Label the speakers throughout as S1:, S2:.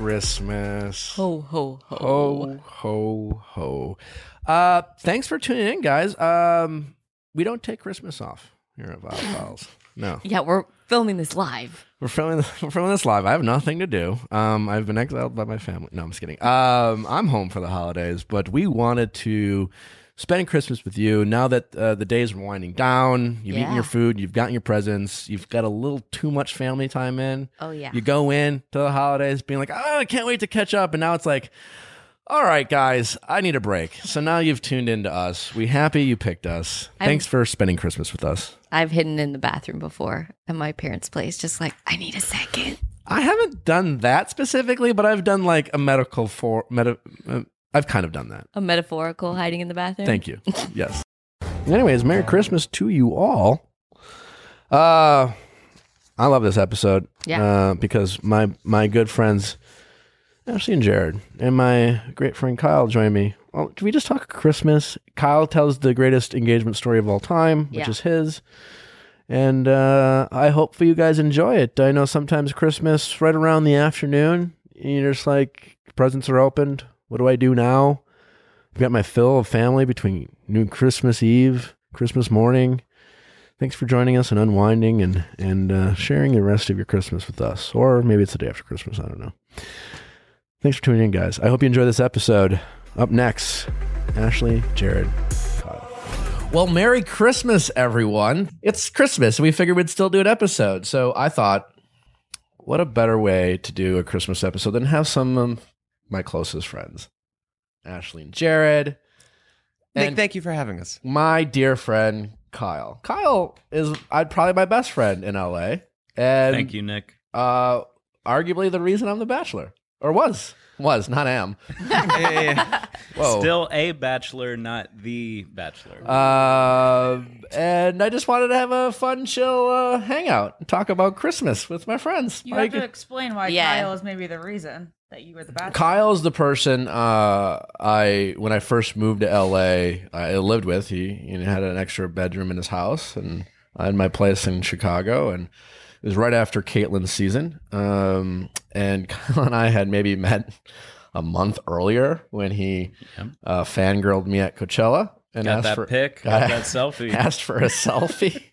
S1: Christmas.
S2: Ho, ho, ho.
S1: Ho, ho, ho. Uh, thanks for tuning in, guys. Um, we don't take Christmas off here at Vile Files. No,
S2: Yeah, we're filming this live.
S1: we're filming, we're filming this live. I have nothing to do. Um, I've been exiled by my family. No, I'm just kidding. Um, I'm home for the holidays, but we wanted to spend Christmas with you now that uh, the days are winding down. You've eaten
S2: Yeah.
S1: your food, you've gotten your presents, you've got a little too much family time in.
S2: Oh, yeah.
S1: You go in to the holidays being like, oh, I can't wait to catch up. And now it's like, all right, guys, I need a break. So now you've tuned into us. We happy you picked us.
S2: I'm-
S1: Thanks for spending Christmas with us.
S2: I've hidden in the bathroom before at my parents' place, just like, I need a second.
S1: I haven't done that specifically, but I've done like a medical for meta. Uh, I've kind of done that.
S2: A metaphorical hiding in the bathroom.
S1: Thank you. Yes. Anyways, Merry Christmas to you all. Uh, I love this episode.
S2: Yeah.
S1: Uh, because my my good friends Ashley and Jared and my great friend Kyle join me. Well, do we just talk Christmas? Kyle tells the greatest engagement story of all time, which
S2: Yeah.
S1: is his. And uh, I hope for you guys enjoy it. I know sometimes Christmas right around the afternoon, you're just like presents are opened. What do I do now? I've got my fill of family between New Christmas Eve, Christmas morning. Thanks for joining us and unwinding and and uh, sharing the rest of your Christmas with us, or maybe it's the day after Christmas. I don't know. Thanks for tuning in, guys. I hope you enjoy this episode. Up next, Ashley, Jared, Kyle. Well, Merry Christmas, everyone. It's Christmas, and we figured we'd still do an episode. So I thought, what a better way to do a Christmas episode than have some of my closest friends, Ashley and Jared,
S3: Nick,
S1: And-
S3: thank you for having us.
S1: my dear friend Kyle. Kyle is I'd probably my best friend in LA, and
S4: Thank you, Nick.
S1: Uh, arguably the reason I'm the bachelor, or was was not am. Whoa.
S4: Still a bachelor, not the bachelor.
S1: Uh, and I just wanted to have a fun, chill uh, hangout, and talk about Christmas with my friends.
S5: You
S1: Like,
S5: have to explain why
S2: Yeah.
S5: Kyle is maybe the reason that you were the bachelor.
S1: Kyle's the person uh, I when I first moved to LA, I lived with. He, he had an extra bedroom in his house, and I had my place in Chicago, and it was right after Caitlin's season. Um, and Kyle and I had maybe met a month earlier when he uh, fangirled me at Coachella and
S4: got
S1: asked
S4: that
S1: for
S4: pic,
S1: got-
S4: got that selfie.
S1: asked for a selfie,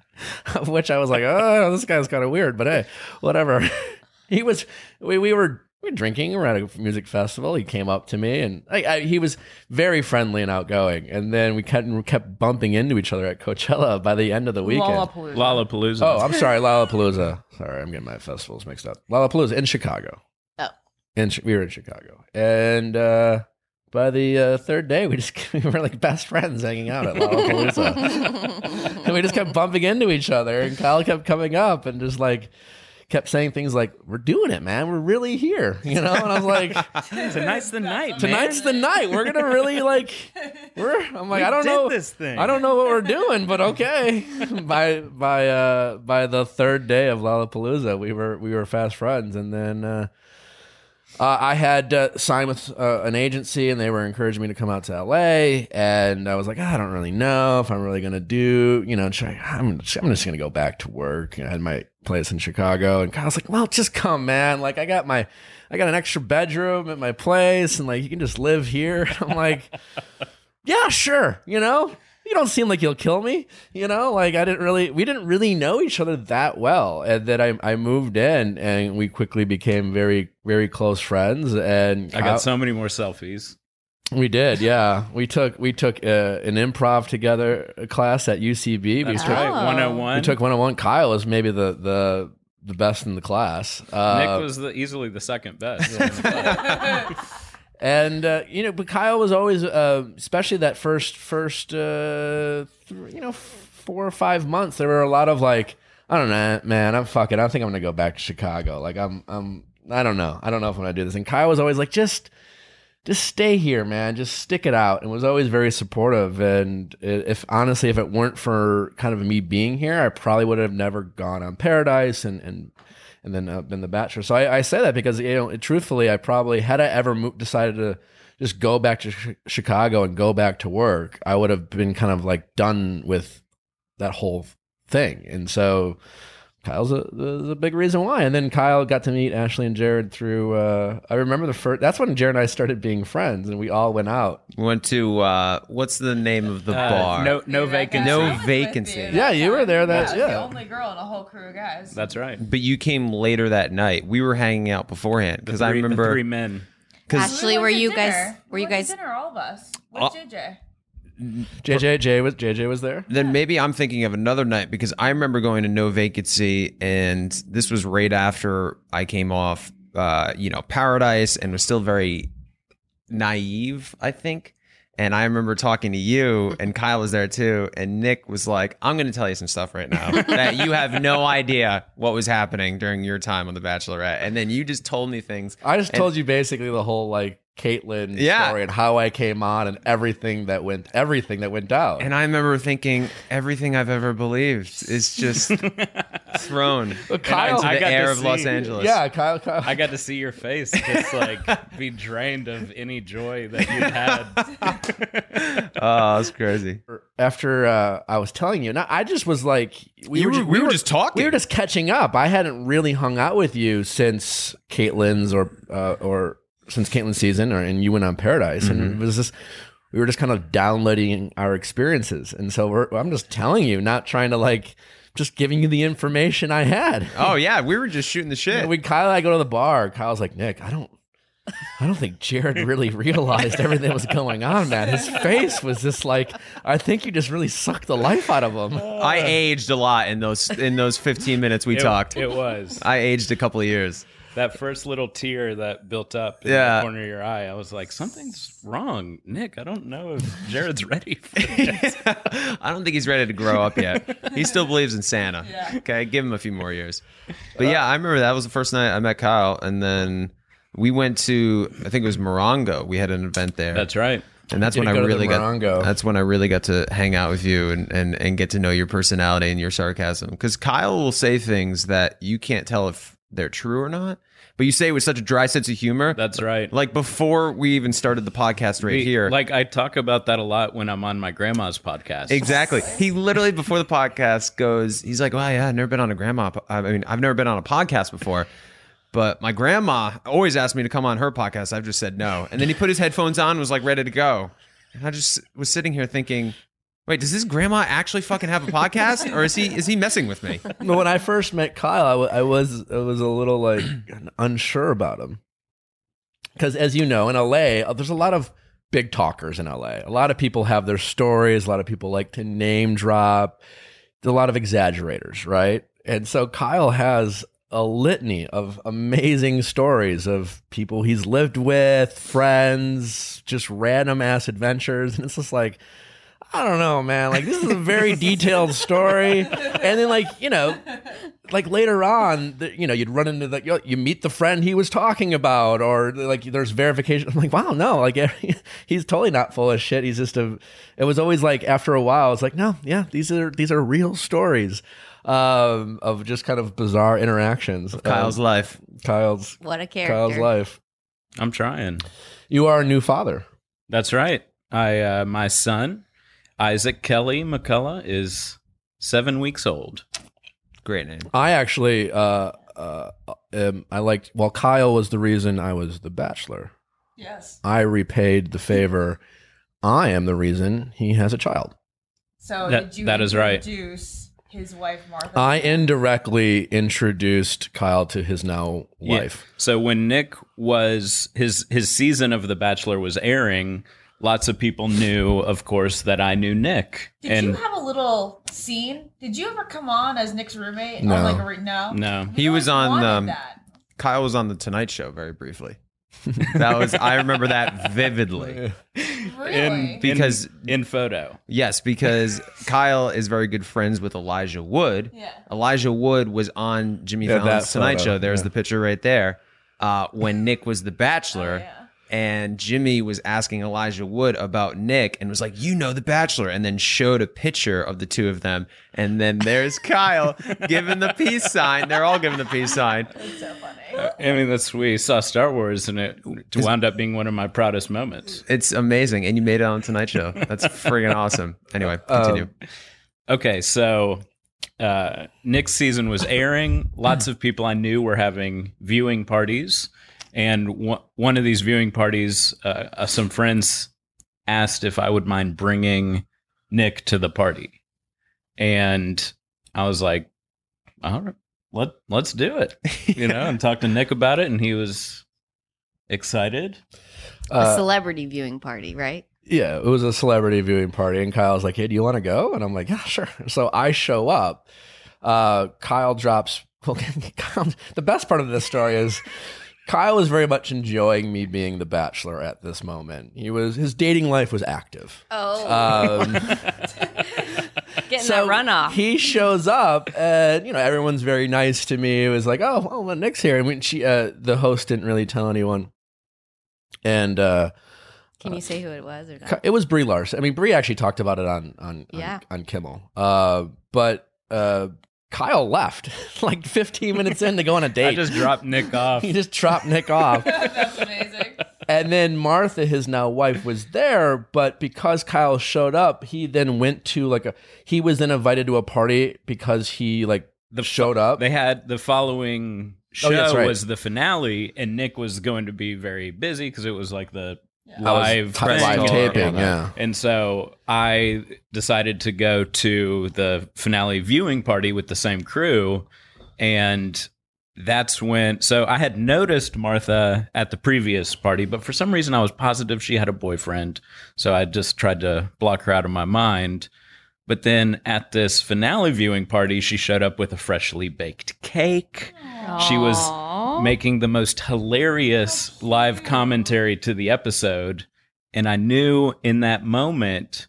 S1: of which I was like, oh, this guy's kind of weird, but hey, whatever. he was, we, we were we were drinking, we were at a music festival. He came up to me and I, I, he was very friendly and outgoing. And then we kept, kept bumping into each other at Coachella by the end of the weekend.
S5: Lollapalooza.
S4: Lollapalooza.
S1: Oh, I'm sorry, Lollapalooza. Sorry, I'm getting my festivals mixed up. Lollapalooza in Chicago.
S2: Oh.
S1: in Chi- we were in Chicago, and uh, by the uh, third day, we just we were like best friends hanging out at Lollapalooza, and we just kept bumping into each other. And Kyle kept coming up and just like kept saying things like, "We're doing it, man. We're really here," you know. And I was like.
S4: Tonight's the night,
S1: Tonight's the night. We're gonna really like. We're. I'm like.
S4: We
S1: I don't
S4: did
S1: know
S4: this thing.
S1: I don't know what we're doing, but okay. by by uh by the third day of Lollapalooza, we were we were fast friends, and then uh, uh, I had uh, signed with uh, an agency, and they were encouraging me to come out to L.A. And I was like, "Ah, I don't really know if I'm really gonna do, you know. Try, I'm just, I'm just gonna go back to work. I had my place in Chicago, and Kyle's like, Well, just come, man. Like I got my I got an extra bedroom at my place, and like you can just live here. I'm like yeah, sure. You know, you don't seem like you'll kill me. You know, like I didn't really, we didn't really know each other that well. And then I, I moved in and we quickly became very, very close friends. And
S4: I got so many more selfies.
S1: we did. Yeah. We took, we took uh, an improv together uh, class at UCB.
S4: That's
S1: we,
S4: right.
S2: Oh.
S4: 101.
S1: took, we took 101. Kyle was maybe the, the, the best in the class. Uh,
S4: Nick was the, easily the second best. Uh,
S1: And uh, you know, but Kyle was always, uh, especially that first first, uh, th- you know, f- four or five months. There were a lot of like, I don't know, man. I'm fucking. I think I'm gonna go back to Chicago. Like, I'm, I'm, I don't know. I don't know if I'm gonna do this. And Kyle was always like, just, just stay here, man. Just stick it out. And was always very supportive. And i- if honestly, if it weren't for kind of me being here, I probably would have never gone on Paradise and and and then uh, been the Bachelor. So I, I say that because you know, truthfully, I probably had I ever mo- decided to just go back to sh- Chicago and go back to work, I would have been kind of like done with that whole thing. And so Kyle's a, the, the big reason why. And then Kyle got to meet Ashley and Jared through. Uh, I remember the first. That's when Jared and I started being friends, and we all went out.
S3: Went to uh, what's the name of the
S4: Uh,
S3: bar?
S4: No, no
S5: Yeah, that guy-
S4: vacancy.
S3: No
S5: I was with
S3: vacancy.
S5: that
S1: Yeah, you were
S5: time.
S1: there that-
S5: I was
S1: yeah.
S5: the only girl in a whole crew of guys.
S4: That's right.
S3: But you came later that night. We were hanging out beforehand
S4: The
S3: because I
S4: three- the three
S3: remember
S4: men.
S3: because
S2: Ashley,
S5: went
S2: were
S5: to
S2: you guys-
S5: dinner.
S2: were
S5: We
S2: you
S5: went to
S2: guys-
S5: dinner? All of us with
S4: Oh.
S3: Uh,
S5: JJ.
S1: JJ J was JJ was there.
S3: then maybe I'm thinking of another night because I remember going to No Vacancy and this was right after I came off, uh, you know, Paradise and was still very naive, I think. And I remember talking to you, and Kyle was there too. And Nick was like, I'm going to tell you some stuff right now that you have no idea what was happening during your time on The Bachelorette. And then you just told me things.
S1: I just
S3: And-
S1: told you basically the whole like Caitlyn
S3: Yeah.
S1: story and how I came on and everything that went everything that went down.
S3: And I remember thinking, everything I've ever believed is just thrown
S1: But Kyle,
S3: into
S4: I
S3: the
S4: got
S3: air
S4: to
S3: of Los
S4: see-
S3: Angeles.
S1: yeah, Kyle, Kyle.
S4: I got to see your face just like be drained of any joy that you had.
S3: Oh, that's crazy.
S1: after uh, I was telling you, now I just was like, we
S3: You
S1: were,
S3: were-
S1: ju-
S3: we were just talking.
S1: We were just catching up. I hadn't really hung out with you since Caitlin's or uh, or since Caitlin's season, or and you went on Paradise,
S3: Mm-hmm.
S1: and it was just we were just kind of downloading our experiences, and so we're, I'm just telling you, not trying to like, just giving you the information I had.
S3: Oh yeah, we were just shooting the shit.
S1: And we Kyle and I go to the bar. Kyle's like, Nick, I don't I don't think Jared really realized everything that was going on, man. His face was just like, I think you just really sucked the life out of him.
S3: I aged a lot in those in those 15 minutes we
S4: It-
S3: talked.
S4: It was
S3: I aged a couple of years.
S4: that first little tear that built up in
S3: Yeah.
S4: the corner of your eye. I was like, something's wrong, Nick. I don't know if Jared's ready for this.
S3: I don't think he's ready to grow up yet. He still believes in Santa.
S5: Yeah.
S3: Okay, give him a few more years. But yeah, I remember that was the first night I met Kyle, and then we went to I think it was Morongo. We had an event there.
S4: That's right.
S3: and that's
S1: We
S3: when
S1: did go
S3: I
S1: to the
S3: really got
S1: Morongo.
S3: that's when I really got to hang out with you and and and get to know your personality and your sarcasm because Kyle will say things that you can't tell if they're true or not, but you say it with such a dry sense of humor.
S4: That's right.
S3: like before we even started the podcast right
S4: We-
S3: here.
S4: Like I talk about that a lot when I'm on my grandma's podcast.
S3: Exactly. He literally before the podcast goes, he's like, "Well, yeah, I've never been on a grandma. po- I mean, I've never been on a podcast before, but my grandma always asked me to come on her podcast. I've just said no." And then he put his headphones on, and was like ready to go, and I just was sitting here thinking, "Wait, does this grandma actually fucking have a podcast, or is he is he messing with me?"
S1: But when I first met Kyle, I, wa- I was I was a little like unsure about him. Because as you know, in LA, uh, there's a lot of big talkers in LA. A lot of people have their stories. A lot of people like to name drop. There's a lot of exaggerators, right? And so Kyle has a litany of amazing stories of people he's lived with, friends, just random ass adventures. And it's just like, I don't know, man. Like, this is a very detailed story. And then, like, you know, like later on, the, you know, you'd run into the, you, you meet the friend he was talking about, or like there's verification. I'm like, wow, no, like he's totally not full of shit. He's just a, it was always like after a while, it's like, no, yeah, these are, these are real stories um, of just kind of bizarre interactions.
S3: Kyle's
S1: Um,
S3: life.
S1: Kyle's,
S2: What a character.
S1: Kyle's life.
S4: I'm trying.
S1: You are a new father.
S4: That's right. I uh, my son Isaac Kelly McCullough is seven weeks old.
S3: Great name.
S1: I actually, uh, uh, um, I liked, well, Kyle was the reason I was the bachelor.
S5: Yes.
S1: I repaid the favor. I am the reason he has a child.
S5: So
S4: That-
S5: did you
S4: that is right.
S5: introduce his wife Martha?
S1: I indirectly introduced Kyle to his now
S4: Yeah.
S1: wife.
S4: So when Nick was his his season of The Bachelor was airing, lots of people knew, of course, that I knew Nick.
S5: did you have a little scene? Did you ever come on as Nick's roommate?
S1: No.
S5: On like a re- no.
S4: no,
S3: He was on,
S5: wanted
S3: um,
S5: that.
S3: Kyle was on the Tonight Show very briefly. That was I remember that vividly.
S5: Really?
S4: in,
S3: Because-
S4: in, in photo,
S3: Yes, because Kyle is very good friends with Elijah Wood.
S5: yeah.
S3: Elijah Wood was on Jimmy
S1: Yeah,
S3: Fallon's
S1: that
S3: Tonight
S1: photo,
S3: Show. There's
S1: yeah.
S3: the picture right there. Uh, when Nick was the Bachelor,
S5: Oh, yeah.
S3: and Jimmy was asking Elijah Wood about Nick, and was like, "You know the Bachelor," and then showed a picture of the two of them, and then there's Kyle giving the peace sign. They're all giving the peace sign.
S5: It's so funny.
S4: I mean that's we saw Star Wars, and it wound up being one of my proudest moments.
S3: It's amazing, and you made it on Tonight Show. That's friggin' awesome. Anyway, continue.
S1: Um,
S4: Okay, so uh, Nick's season was airing. Lots of people I knew were having viewing parties, and one one of these viewing parties, uh, uh, some friends asked if I would mind bringing Nick to the party, and I was like, "All right, let let's do it," you know, and talked to Nick about it, and he was excited.
S2: a
S1: Uh,
S2: celebrity viewing party, right?
S1: yeah, it was a celebrity viewing party, and Kyle's like, "Hey, do you want to go?" And I'm like, "Yeah, sure." So I show up. Uh, Kyle drops. Well, Kyle, the best part of this story is Kyle was very much enjoying me being the bachelor at this moment. He was his dating life was active.
S2: Oh,
S1: Um,
S2: getting
S1: so
S2: that runoff.
S1: He shows up, and you know everyone's very nice to me. It was like, oh, well, well Nick's here, and when she, uh, the host didn't really tell anyone, and uh,
S2: Can you say who it was or
S1: cu-
S2: not?
S1: it was Brie Larson. I mean, Brie actually talked about it on on on-
S2: Yeah.
S1: on, Kimmel, uh, but uh, Kyle left like 15 minutes in to go on a date.
S4: I just dropped Nick off.
S1: he just dropped Nick off.
S5: That's amazing.
S1: And then Martha, his now wife, was there, but because Kyle showed up, he then went to like a he was then invited to a party because he like
S4: The f-
S1: showed up.
S4: They had the following show
S1: Oh, yeah, that's right.
S4: was the finale, and Nick was going to be very busy because it was like the
S1: I was
S4: live,
S1: t-
S4: press
S1: live
S4: tour.
S1: taping, yeah.
S4: And so I decided to go to the finale viewing party with the same crew, and that's when. So I had noticed Martha at the previous party, but for some reason I was positive she had a boyfriend, so I just tried to block her out of my mind. But then at this finale viewing party, she showed up with a freshly baked cake. She was
S2: Aw.
S4: making the most hilarious live commentary to the episode. And I knew in that moment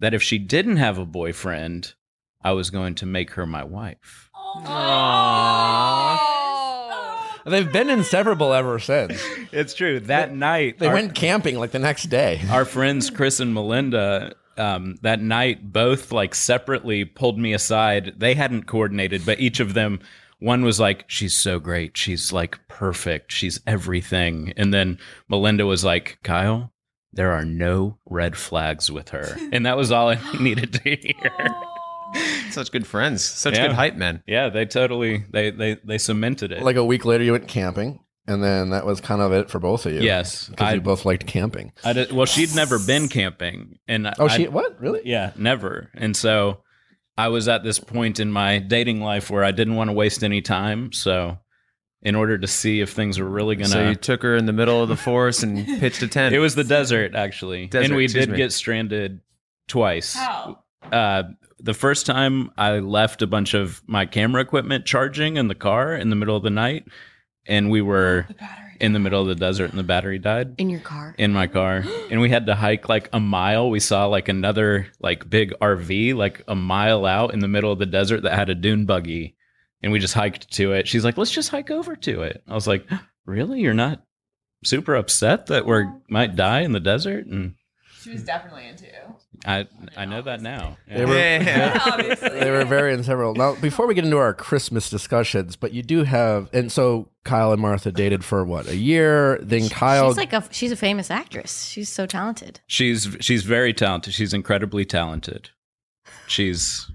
S4: that if she didn't have a boyfriend, I was going to make her my wife.
S5: Oh my
S2: Aw.
S5: goodness.
S1: They've been inseparable ever since.
S4: It's true. That night,
S1: They
S4: our,
S1: went camping like the next day.
S4: our friends Chris and Melinda. Um, that night, both like separately pulled me aside. They hadn't coordinated, but each of them, one was like, "She's so great. She's like perfect. She's everything." And then Melinda was like, "Kyle, there are no red flags with her. And that was all I needed to hear.
S3: Such good friends. Such
S4: Yeah.
S3: good hype men.
S4: Yeah, they totally they they they cemented it.
S1: Like a week later, you went camping, and then that was kind of it for both of you.
S4: yes.
S1: because
S4: I,
S1: you both liked camping.
S4: I did- well, she'd never been camping and I-
S1: Oh,
S4: I-
S1: she what really?
S4: yeah, never. And so I was at this point in my dating life where I didn't want to waste any time, so in order to see if things were really going to
S3: So you took her in the middle of the forest and pitched a tent.
S4: It was the desert actually.
S3: Desert,
S4: and we
S3: excuse
S4: did
S3: me.
S4: get stranded twice.
S5: How?
S4: uh, the first time I left a bunch of my camera equipment charging in the car in the middle of the night, and we were
S5: The battery.
S4: in the middle of the desert, and the battery died
S2: in your car.
S4: in my car, and we had to hike like a mile. We saw like another like big RV like a mile out in the middle of the desert that had a dune buggy, and we just hiked to it. She's like, "Let's just hike over to it." I was like, "Really? You're not super upset that we are might die in the desert?" And
S5: She was definitely into you.
S4: I I know that now. Yeah.
S1: They were-
S3: Yeah.
S5: Obviously.
S1: they were very inseparable. Now, before we get into our Christmas discussions, but you do have, and so Kyle and Martha dated for what a year. Then Kyle
S2: She's like a she's a famous actress. She's so talented.
S4: She's she's very talented. She's incredibly talented. She's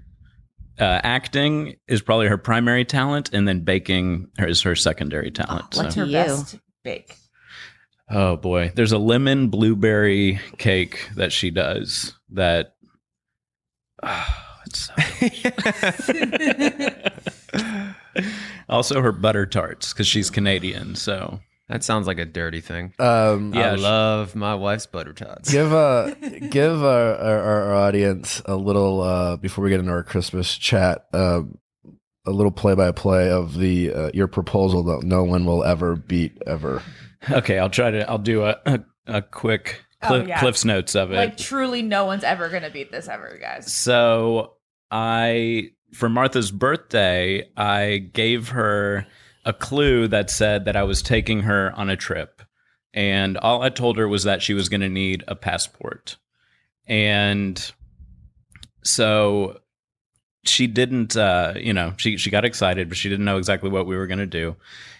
S4: uh, acting is probably her primary talent, and then baking is her secondary talent.
S2: Oh, lucky
S5: her
S2: you.
S5: best bake.
S4: Oh boy, there's a lemon blueberry cake that she does that. Oh, it's so delicious. also her butter tarts because she's Canadian. So
S3: that sounds like a dirty thing.
S1: um,
S4: Yeah,
S3: I
S4: she-
S3: love my wife's butter tots.
S1: give a give our, our, our audience a little uh, before we get into our Christmas chat. Um, a little play by play of the uh, your proposal that no one will ever beat ever.
S4: okay, I'll try to. I'll do a a, a quick
S5: Oh,
S4: cliff,
S5: yeah.
S4: Cliff's notes of it.
S5: Like truly, no one's ever gonna beat this ever, you guys.
S4: So I, for Martha's birthday, I gave her a clue that said that I was taking her on a trip. And all I told her was that she was going to need a passport. And so she didn't, uh, you know, she, she got excited, but she didn't know exactly what we were going to do.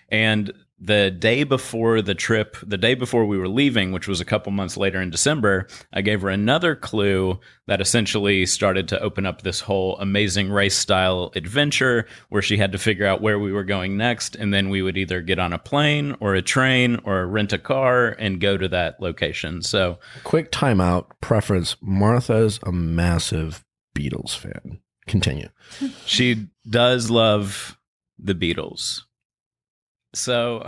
S4: And the day before the trip, the day before we were leaving, which was a couple months later in December, I gave her another clue that essentially started to open up this whole amazing race style adventure where she had to figure out where we were going next. And then we would either get on a plane or a train or rent a car and go to that location. So
S1: Quick timeout. Preference. Martha's a massive Beatles fan. Continue.
S4: she does love the Beatles. So.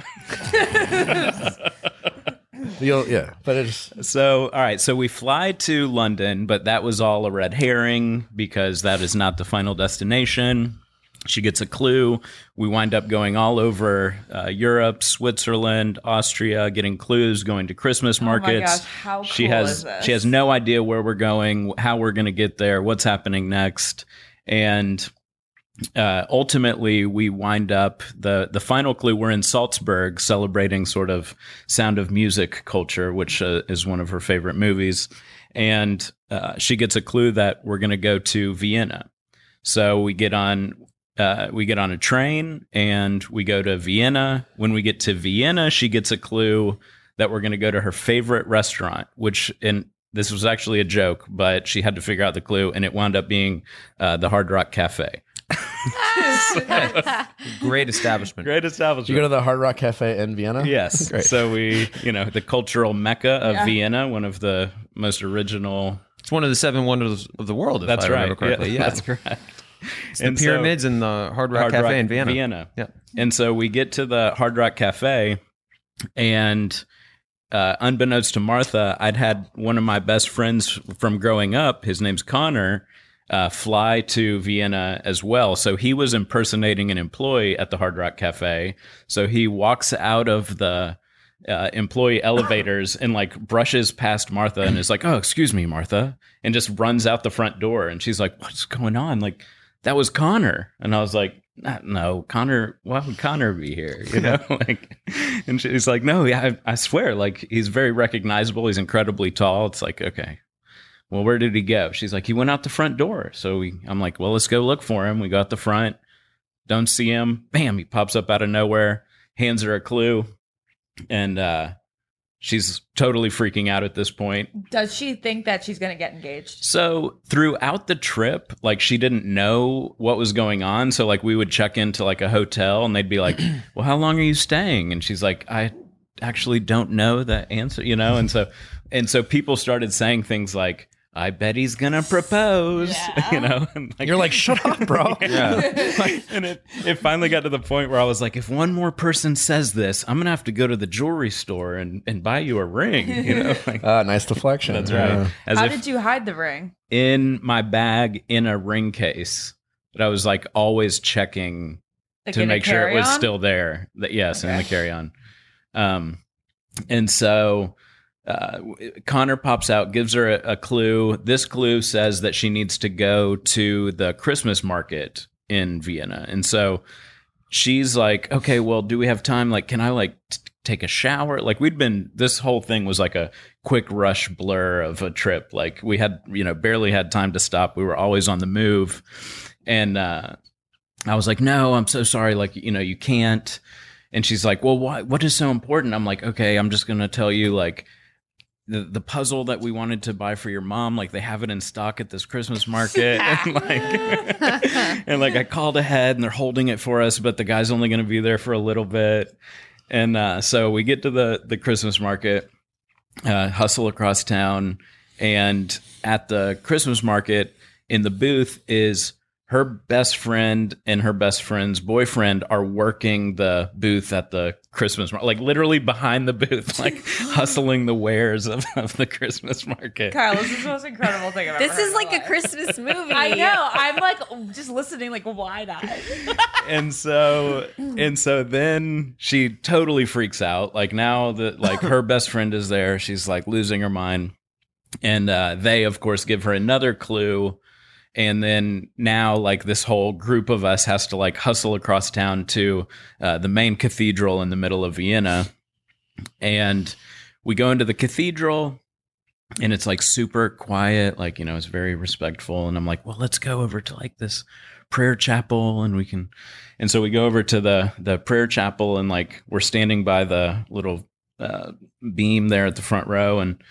S1: You'll, yeah, but it's
S4: So, all right. So we fly to London, but that was all a red herring because that is not the final destination. She gets a clue. We wind up going all over uh, Europe, Switzerland, Austria, getting clues, going to Christmas markets.
S5: Oh gosh, how
S4: she
S5: cool
S4: has
S5: is this?
S4: she has no idea where we're going, how we're going to get there, what's happening next, and uh, ultimately we wind up the the final clue we're in salzburg celebrating sort of sound of music culture which uh, is one of her favorite movies and uh, she gets a clue that we're going to go to vienna so we get on uh, we get on a train and we go to vienna when we get to vienna she gets a clue that we're going to go to her favorite restaurant which in this was actually a joke, but she had to figure out the clue, and it wound up being uh, the Hard Rock Cafe.
S3: Great establishment.
S4: Great
S1: you go
S4: establishment.
S1: to the Hard Rock Cafe in Vienna.
S4: yes.
S1: Great.
S4: So we, you know, the cultural mecca of Vienna, one of the most original.
S3: It's one of the seven wonders of the world, if
S4: That's
S3: I
S4: right.
S3: remember correctly. Yeah,
S4: that's correct.
S3: It's
S4: and
S3: the
S4: so-
S3: pyramids and the Hard Rock
S4: Hard
S3: Cafe
S4: Rock
S3: in Vienna.
S4: Vienna.
S3: Yeah.
S4: And so we get to the Hard Rock Cafe, and uh, unbeknownst to Martha, I'd had one of my best friends from growing up. His name's Connor. Uh, fly to Vienna as well. So he was impersonating an employee at the Hard Rock Cafe. So he walks out of the uh, employee elevators and like brushes past Martha and is like, "Oh, excuse me, Martha," and just runs out the front door. And she's like, "What's going on?" Like that was Connor, and I was like, "Not- "No, Connor. Why would Connor be here?" You know, like, and she's like, "No, yeah, I, I swear. Like he's very recognizable. He's incredibly tall. It's like okay." Well, where did he go? She's like, he went out the front door. So we, I'm like, well, let's go look for him. We go out the front, don't see him. Bam, he pops up out of nowhere, hands her a clue and uh she's totally freaking out at this point
S5: Does she think that she's gonna get engaged?
S4: so throughout the trip like she didn't know what was going on so like we would check into like a hotel and they'd be like well how long are you staying and she's like i actually don't know the answer you know and so and so people started saying things like i bet he's gonna propose
S5: Yeah.
S4: you know and like,
S1: You're like, shut up, bro.
S4: and it, it finally got to the point where I was like, if one more person says this, I'm gonna have to go to the jewelry store and, and buy you a ring. You know, like,
S1: Uh, nice deflection.
S4: that's
S1: Yeah.
S4: right. As
S5: How
S4: if
S5: did you hide the ring?
S4: in my bag in a ring case that I was like always checking
S5: Like
S4: to
S5: in a
S4: make sure it was
S5: carry-on?
S4: still there. That yes, in the
S5: Okay.
S4: carry on. Um, and so uh, w- Connor pops out, gives her a, a clue. This clue says that she needs to go to the Christmas market in Vienna, and so she's like, "Okay, well, do we have time? Like, can I like t- take a shower?" Like, we'd been this whole thing was like a quick rush blur of a trip. Like, we had you know barely had time to stop. We were always on the move, and uh, I was like, "No, I'm so sorry. Like, you know, you can't." And she's like, "Well, why, what is so important?" I'm like, "Okay, I'm just gonna tell you like." The, the puzzle that we wanted to buy for your mom, like they have it in stock at this Christmas market. and like and like I called ahead and they're holding it for us, but the guy's only going to be there for a little bit. And uh, so we get to the the Christmas market, uh, hustle across town, and at the Christmas market in the booth is her best friend and her best friend's boyfriend are working the booth at the Christmas market, like literally behind the booth, like hustling the wares of, of the Christmas market.
S5: Kyle, this is the most incredible thing I've ever
S2: this
S5: heard
S2: is
S5: in
S2: like
S5: my
S2: a
S5: life.
S2: Christmas movie.
S5: I know. I'm like just listening, like wide eyed.
S4: and so and so then she totally freaks out like now that like her best friend is there she's like losing her mind and uh, they of course give her another clue and then now like this whole group of us has to like hustle across town to uh, the main cathedral in the middle of vienna and we go into the cathedral and it's like super quiet like you know it's very respectful and i'm like well let's go over to like this prayer chapel and we can and so we go over to the the prayer chapel and like we're standing by the little uh, beam there at the front row and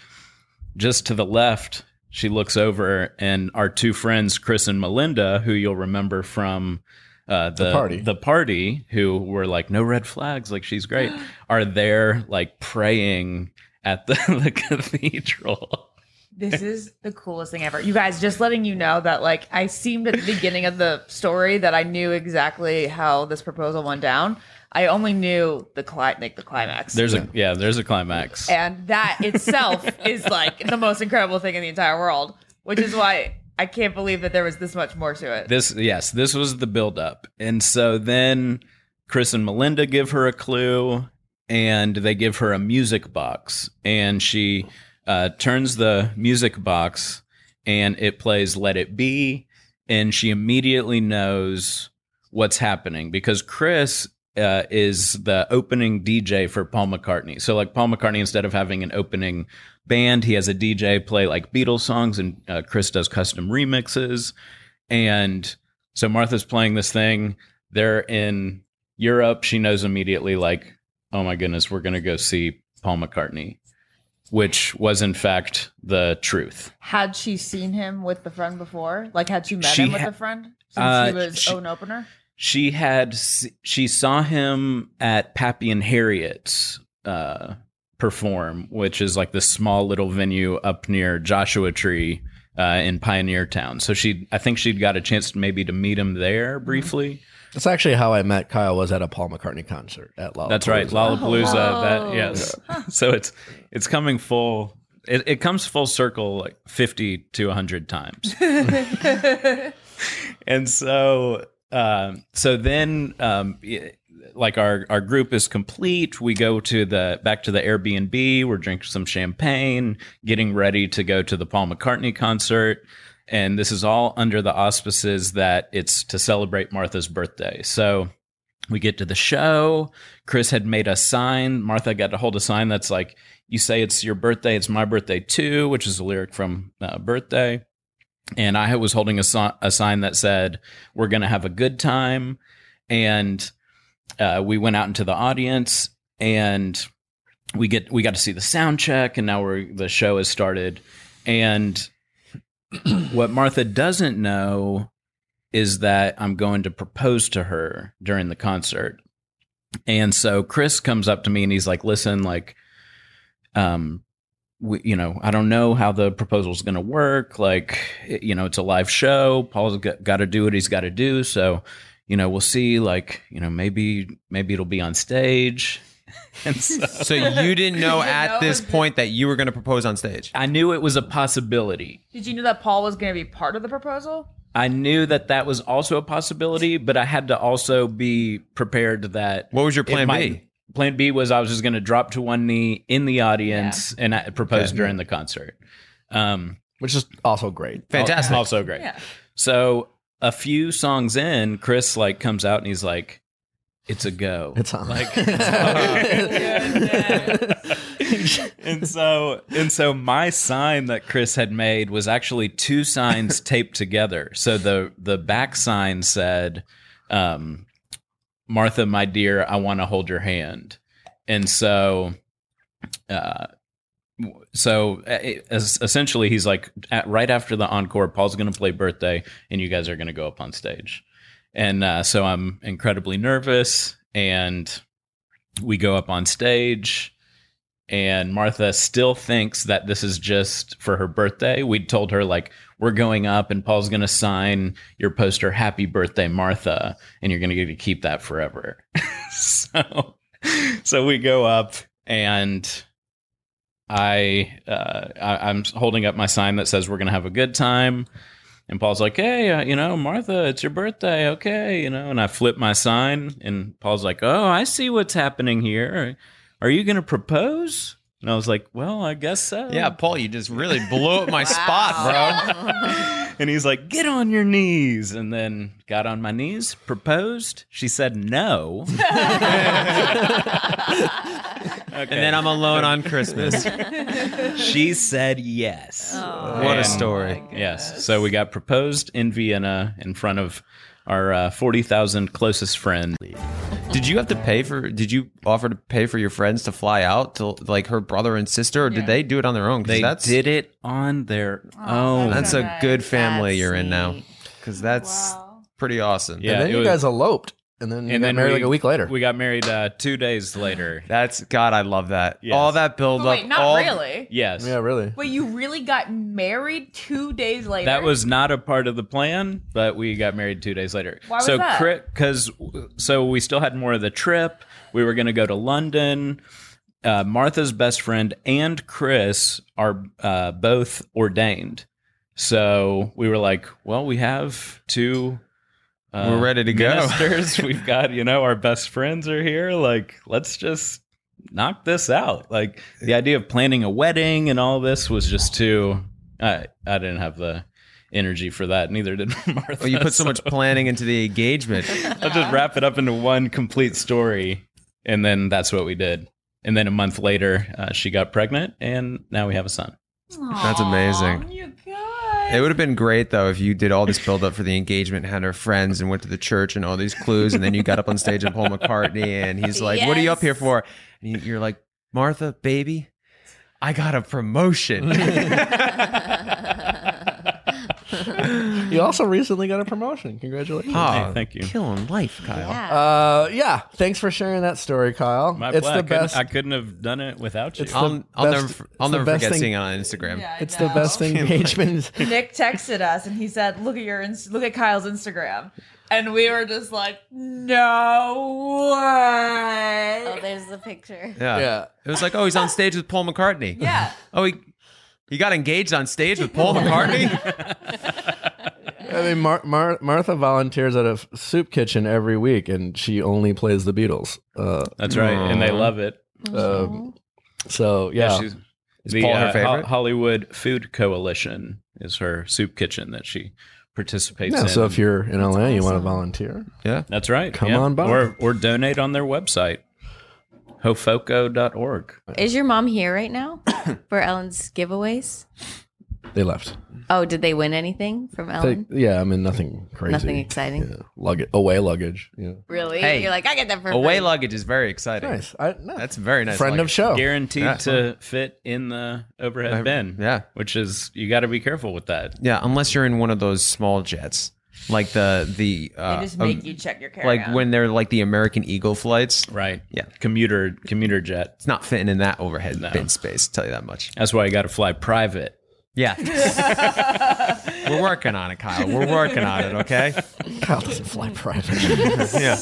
S4: just to the left she looks over and our two friends chris and melinda who you'll remember from uh, the,
S1: The party.
S4: the party who were like no red flags like she's great are there like praying at the, the cathedral
S5: This is the coolest thing ever. You guys, just letting you know that like I seemed at the beginning of the story that I knew exactly how this proposal went down. I only knew the cli- like the climax.
S4: There's a yeah, there's a climax.
S5: and that itself is like the most incredible thing in the entire world, which is why I can't believe that there was this much more to it.
S4: This yes, this was the buildup, and so then Chris and Melinda give her a clue, and they give her a music box, and she uh, turns the music box, and it plays "Let It Be," and she immediately knows what's happening because Chris. Uh, is the opening DJ for Paul McCartney. So, like Paul McCartney, instead of having an opening band, he has a DJ play like Beatles songs, and uh, Chris does custom remixes. And so Martha's playing this thing. They're in Europe. She knows immediately, like, oh my goodness, we're going to go see Paul McCartney, which was in fact the truth.
S5: Had she seen him with the friend before? Like, had she met
S4: She
S5: him with
S4: ha-
S5: a friend since
S4: uh,
S5: he was
S4: she-
S5: own opener?
S4: She had, s- she saw him at Pappy and Harriet's uh, perform, which is like this small little venue up near Joshua Tree uh, in Pioneer Town. So she, I think she'd got a chance maybe to meet him there briefly.
S1: That's actually how I met Kyle. Was at a Paul McCartney concert at Lollapalooza.
S4: That's right, Lollapalooza.
S5: Oh, wow.
S4: That yes. So it's it's coming full. It, it comes full circle like fifty to hundred times, and so um, so then um, i- like our our group is complete. We go to the back to the Airbnb. We're drinking some champagne, getting ready to go to the Paul McCartney concert. And this is all under the auspices that it's to celebrate Martha's birthday. So we get to the show. Chris had made a sign. Martha got to hold a sign that's like, you say it's your birthday, it's my birthday too, which is a lyric from uh, Birthday. And I was holding a, si- a sign that said, we're going to have a good time. And uh, we went out into the audience and we get we got to see the sound check and now we're the show has started and what martha doesn't know is that I'm going to propose to her during the concert. And so Chris comes up to me and he's like, listen, like, um, we, you know, I don't know how the proposal is going to work. Like, it- you know, it's a live show. Paul's got to do what he's got to do. So, you know, we'll see. Like, you know, maybe, maybe it'll be on stage. And so
S3: So you didn't know
S5: You didn't
S3: at
S5: know
S3: this
S5: it was-
S3: point that you were going to propose on stage.
S4: I knew it was a possibility.
S5: Did you know that Paul was going to be part of the proposal?
S4: I knew that that was also a possibility, but I had to also be prepared that
S3: What was your
S4: It
S3: plan
S4: might-
S3: B?
S4: Plan B was I was just going to drop to one knee in the audience and I propose
S3: Okay.
S4: during the concert. Um,
S1: which is also great.
S3: Fantastic.
S4: Also great.
S5: Yeah.
S4: So a few songs in, Chris like comes out and he's like, "It's a go."
S1: It's on.
S4: Like,
S1: it's on.
S4: and so and so my sign that Chris had made was actually two signs taped together. So the the back sign said, um, "Martha, my dear, I want to hold your hand," and so. Uh, w- so uh, it- es- essentially, he's like, at, right after the encore, Paul's going to play birthday, and you guys are going to go up on stage. And uh, so I'm incredibly nervous, and we go up on stage and Martha still thinks that this is just for her birthday. We told her like we're going up and Paul's going to sign your poster happy birthday Martha and you're going to get to keep that forever. so so we go up and I, uh, I I'm holding up my sign that says we're going to have a good time. And Paul's like, "Hey, uh, you know, Martha, it's your birthday, okay?" You know, and I flip my sign, and Paul's like, "Oh, I see what's happening here. Are you going to propose?" And I was like, "Well, I guess so."
S3: Yeah, Paul, you just really blew up my spot, bro.
S4: and he's like, "Get on your knees," and then got on my knees, proposed. She said no.
S3: and then I'm alone on Christmas.
S4: she said yes.
S3: What a
S4: And-
S3: story.
S4: Yes. So we got proposed in Vienna in front of our uh, 40,000 closest friends.
S3: Did you have to pay for? Did you offer to pay for your friends to fly out to like her brother and sister, or did
S5: Yeah.
S3: they do it on their own? 'Cause
S4: They
S3: that's,
S4: did it on their own.
S3: That's
S5: so
S3: a
S5: nice.
S3: good family
S2: That's
S3: you're in now,
S2: neat.
S3: because that's pretty awesome.
S4: Yeah,
S1: and then
S4: it
S1: you
S4: was-
S1: guys eloped, and then you got married like a week later.
S4: We got married uh, two days later.
S3: that's God. I love that.
S4: Yes.
S3: All that build
S5: But
S3: up.
S5: wait, not
S3: all,
S5: really.
S4: Yes.
S1: yeah, really.
S5: Wait, you really got married two days later?
S4: That was not a part of the plan, but we got married two days later.
S5: Why was
S4: so
S5: that?
S4: Because so we still had more of the trip. We were going to go to London. Uh, Martha's best friend and Chris are uh, both ordained, so we were like, "Well, we have two. Uh,
S3: We're ready to go.
S4: Ministers, we've got you know our best friends are here. Like, let's just knock this out. Like the idea of planning a wedding and all this was just too. I I didn't have the energy for that. Neither did Martha.
S3: Well, Oh, you put so much planning into the engagement.
S4: I'll just wrap it up into one complete story, and then that's what we did. And then a month later, uh, she got pregnant, and now we have a son.
S3: That's amazing.
S5: You guys.
S3: It would have been great though if you did all this build up for the engagement, had her friends, and went to the church and all these clues, and then you got up on stage and Paul McCartney, and he's like, "What are you up here
S2: Yes.
S3: for?" And you- you're like, "Martha, baby, I got a promotion."
S1: You also recently got a promotion. Congratulations.
S3: oh,
S4: Hey, thank you.
S3: Killing life, Kyle.
S2: yeah.
S1: Uh, yeah. Thanks for sharing that story, Kyle.
S4: My
S1: it's
S4: pla- I
S1: the
S4: couldn't-
S1: best.
S4: I couldn't have done it without you.
S1: It's the-
S3: I'll, I'll
S1: best-
S3: never, I'll
S1: it's the
S3: never
S1: best
S3: forget
S1: thing-
S3: seeing it on Instagram.
S5: Yeah, I
S1: it's the
S5: know.
S1: best engagement.
S5: Nick texted us and he said, "Look at your ins- look at Kyle's Instagram," and we were just like, "No way!"
S2: Oh, there's the picture.
S3: Yeah.
S1: yeah.
S3: It was like, oh, he's on stage with Paul McCartney.
S5: yeah,
S3: Oh, he, he got engaged on stage with Paul McCartney?
S1: I mean, Mar- Mar- Martha volunteers at a f- soup kitchen every week, and she only plays the Beatles. Uh,
S4: that's right, and they love it.
S1: um, so yeah,
S4: she's,
S3: Is
S4: the
S3: Paul her
S4: uh, Ho-
S3: favorite?
S4: Hollywood Food Coalition is her soup kitchen that she participates
S1: yeah.
S4: in.
S1: So if you're in LA, you want to
S2: awesome.
S1: volunteer.
S3: yeah.
S4: That's right.
S1: Come on by.
S4: Or, or donate on their website, hofoco.org.
S2: Is your mom here right now for Ellen's giveaways?
S1: They left.
S2: Oh, did they win anything from
S1: They-
S2: Ellen?
S1: yeah, I mean nothing crazy.
S2: Nothing exciting.
S1: Yeah. Luggage away luggage. Yeah.
S2: Really?
S3: Hey.
S2: You're like, I get that for
S3: Away
S2: free.
S3: luggage is very exciting.
S1: Nice. I, no.
S3: That's very nice.
S1: friend of
S3: luggage.
S1: show.
S4: Guaranteed
S3: Yeah.
S4: to fit in the overhead
S3: Over-
S4: bin.
S3: yeah.
S4: Which is, you got to be careful with that.
S3: Yeah, unless you're in one of those small jets. Like the, the, uh,
S5: they just make
S3: um,
S5: you check your carry
S3: like when they're like the American Eagle flights.
S4: Right.
S3: Yeah.
S4: Commuter, commuter jet.
S3: It's not fitting in that overhead bin space, tell you that much.
S4: That's why you got to fly private.
S3: Yeah. We're working on it, Kyle. We're working on it, okay?
S1: Kyle doesn't fly private.
S3: Yeah.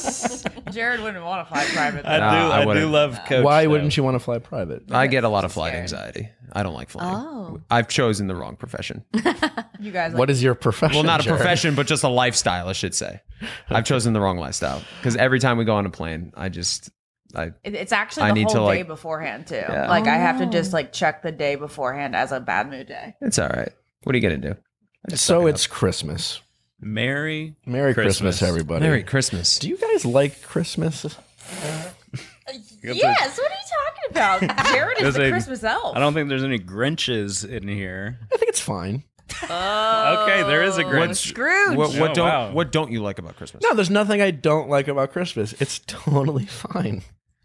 S5: Jared wouldn't want to fly private.
S4: I
S5: though.
S3: Nah, Uh,
S4: do.
S3: I
S4: Uh, I, do
S3: wouldn't.
S4: love coach.
S1: Why
S4: though.
S1: wouldn't you want to fly private?
S3: I get a lot of flight anxiety. I don't like flying.
S2: Oh.
S3: I've chosen the wrong profession.
S5: You guys, like,
S1: What is your profession?
S3: Well, not a
S1: Jared?
S3: profession, but just a lifestyle, I should say. I've chosen the wrong lifestyle because every time we go on a plane, I just, I
S5: It- It's actually
S3: I
S5: the
S3: need
S5: whole
S3: to,
S5: day
S3: like-
S5: beforehand too.
S3: Yeah.
S5: Like I have to just like check the day beforehand as a bad mood day.
S3: it's all right. What are you gonna do? I just suck
S1: So
S3: it up.
S1: it's Christmas.
S4: Merry
S1: Merry Christmas, everybody.
S3: Merry Christmas.
S1: Do you guys like Christmas?
S5: Yes, what are you talking about? Jared is
S4: There's
S5: the
S4: a-
S5: Christmas elf.
S4: I don't think there's any Grinches in here.
S1: I think it's fine.
S4: Okay, there is a Grinch.
S2: Scrooge.
S3: What, what
S4: Oh,
S3: don't
S4: wow.
S3: what don't you like about Christmas?
S1: No, there's nothing I don't like about Christmas. It's totally fine.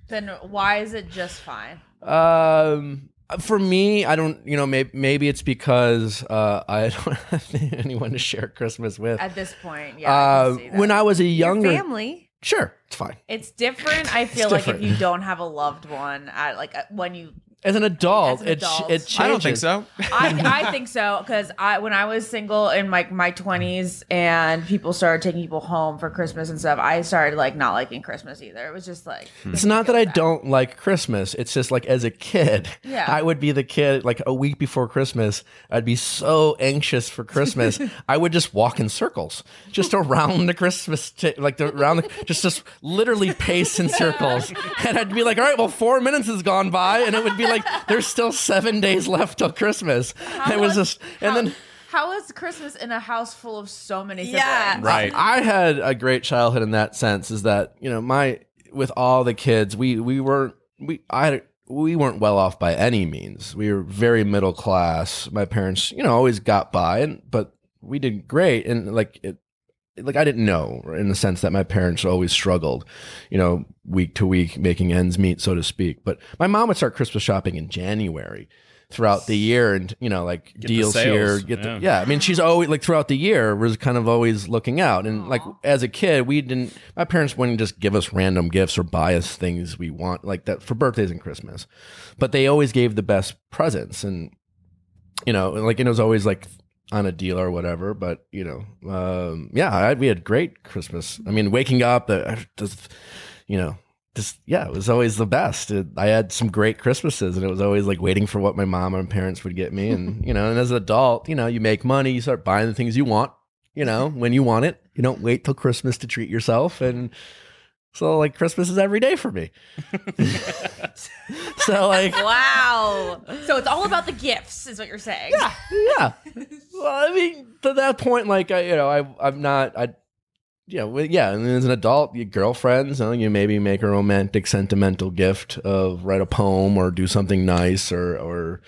S5: then why is it just fine?
S1: Um, for me, I don't. You know, maybe maybe it's because uh, I don't have anyone to share Christmas with.
S5: At this point, yeah. I
S1: Uh,
S5: can see that.
S1: when I was a younger,
S2: family.
S1: sure, it's fine.
S5: It's different. I feel like
S1: different.
S5: if you don't have a loved one, I, like uh, when you,
S1: As an adult,
S5: As an adult.
S1: it ch- it changes.
S3: I don't think so.
S5: I, I think so because I when I was single in like my twenties and people started taking people home for Christmas and stuff, I started like not liking Christmas either. It was just like
S1: It's not that I don't like Christmas. It's just like as a kid,
S5: Yeah.
S1: I would be the kid like a week before Christmas. I'd be so anxious for Christmas. I would just walk in circles, just around the Christmas, t- like the, around the, just just literally pace in circles. And I'd be like, all right, well, four minutes has gone by, and it would be like there's still seven days left till Christmas. it was
S5: was-
S1: just, and then
S5: how is Christmas in a house full of so many siblings?
S2: Yeah.
S4: Right.
S1: I had a great childhood in that sense. Is that you know my with all the kids we we weren't we I had we weren't well off by any means. We were very middle class. My parents, you know, always got by, and but we did great. And like it, like I didn't know in the sense that my parents always struggled, you know, week to week making ends meet, so to speak. But my mom would start Christmas shopping in January throughout the year and you know like
S4: the
S1: deals here
S4: sales,
S1: get
S4: yeah.
S1: the yeah i mean she's always like throughout the year was kind of always looking out and like as a kid we didn't my parents wouldn't just give us random gifts or buy us things we want like that for birthdays and christmas but they always gave the best presents and you know like and it was always like on a deal or whatever but you know um yeah I, we had great christmas i mean waking up uh, just you know just yeah it was always the best it, i had some great christmases and it was always like waiting for what my mom and parents would get me and you know and as an adult you know you make money you start buying the things you want you know when you want it you don't wait till christmas to treat yourself and so like christmas is every day for me so like
S5: Wow. so it's all about the gifts, is what you're saying. Yeah.
S1: yeah. Well, I mean, to that point, like I, you know, I, I'm not, I, you know, well, yeah. And as an adult, your girlfriends, you, know, you maybe make a romantic, sentimental gift of write a poem or do something nice or or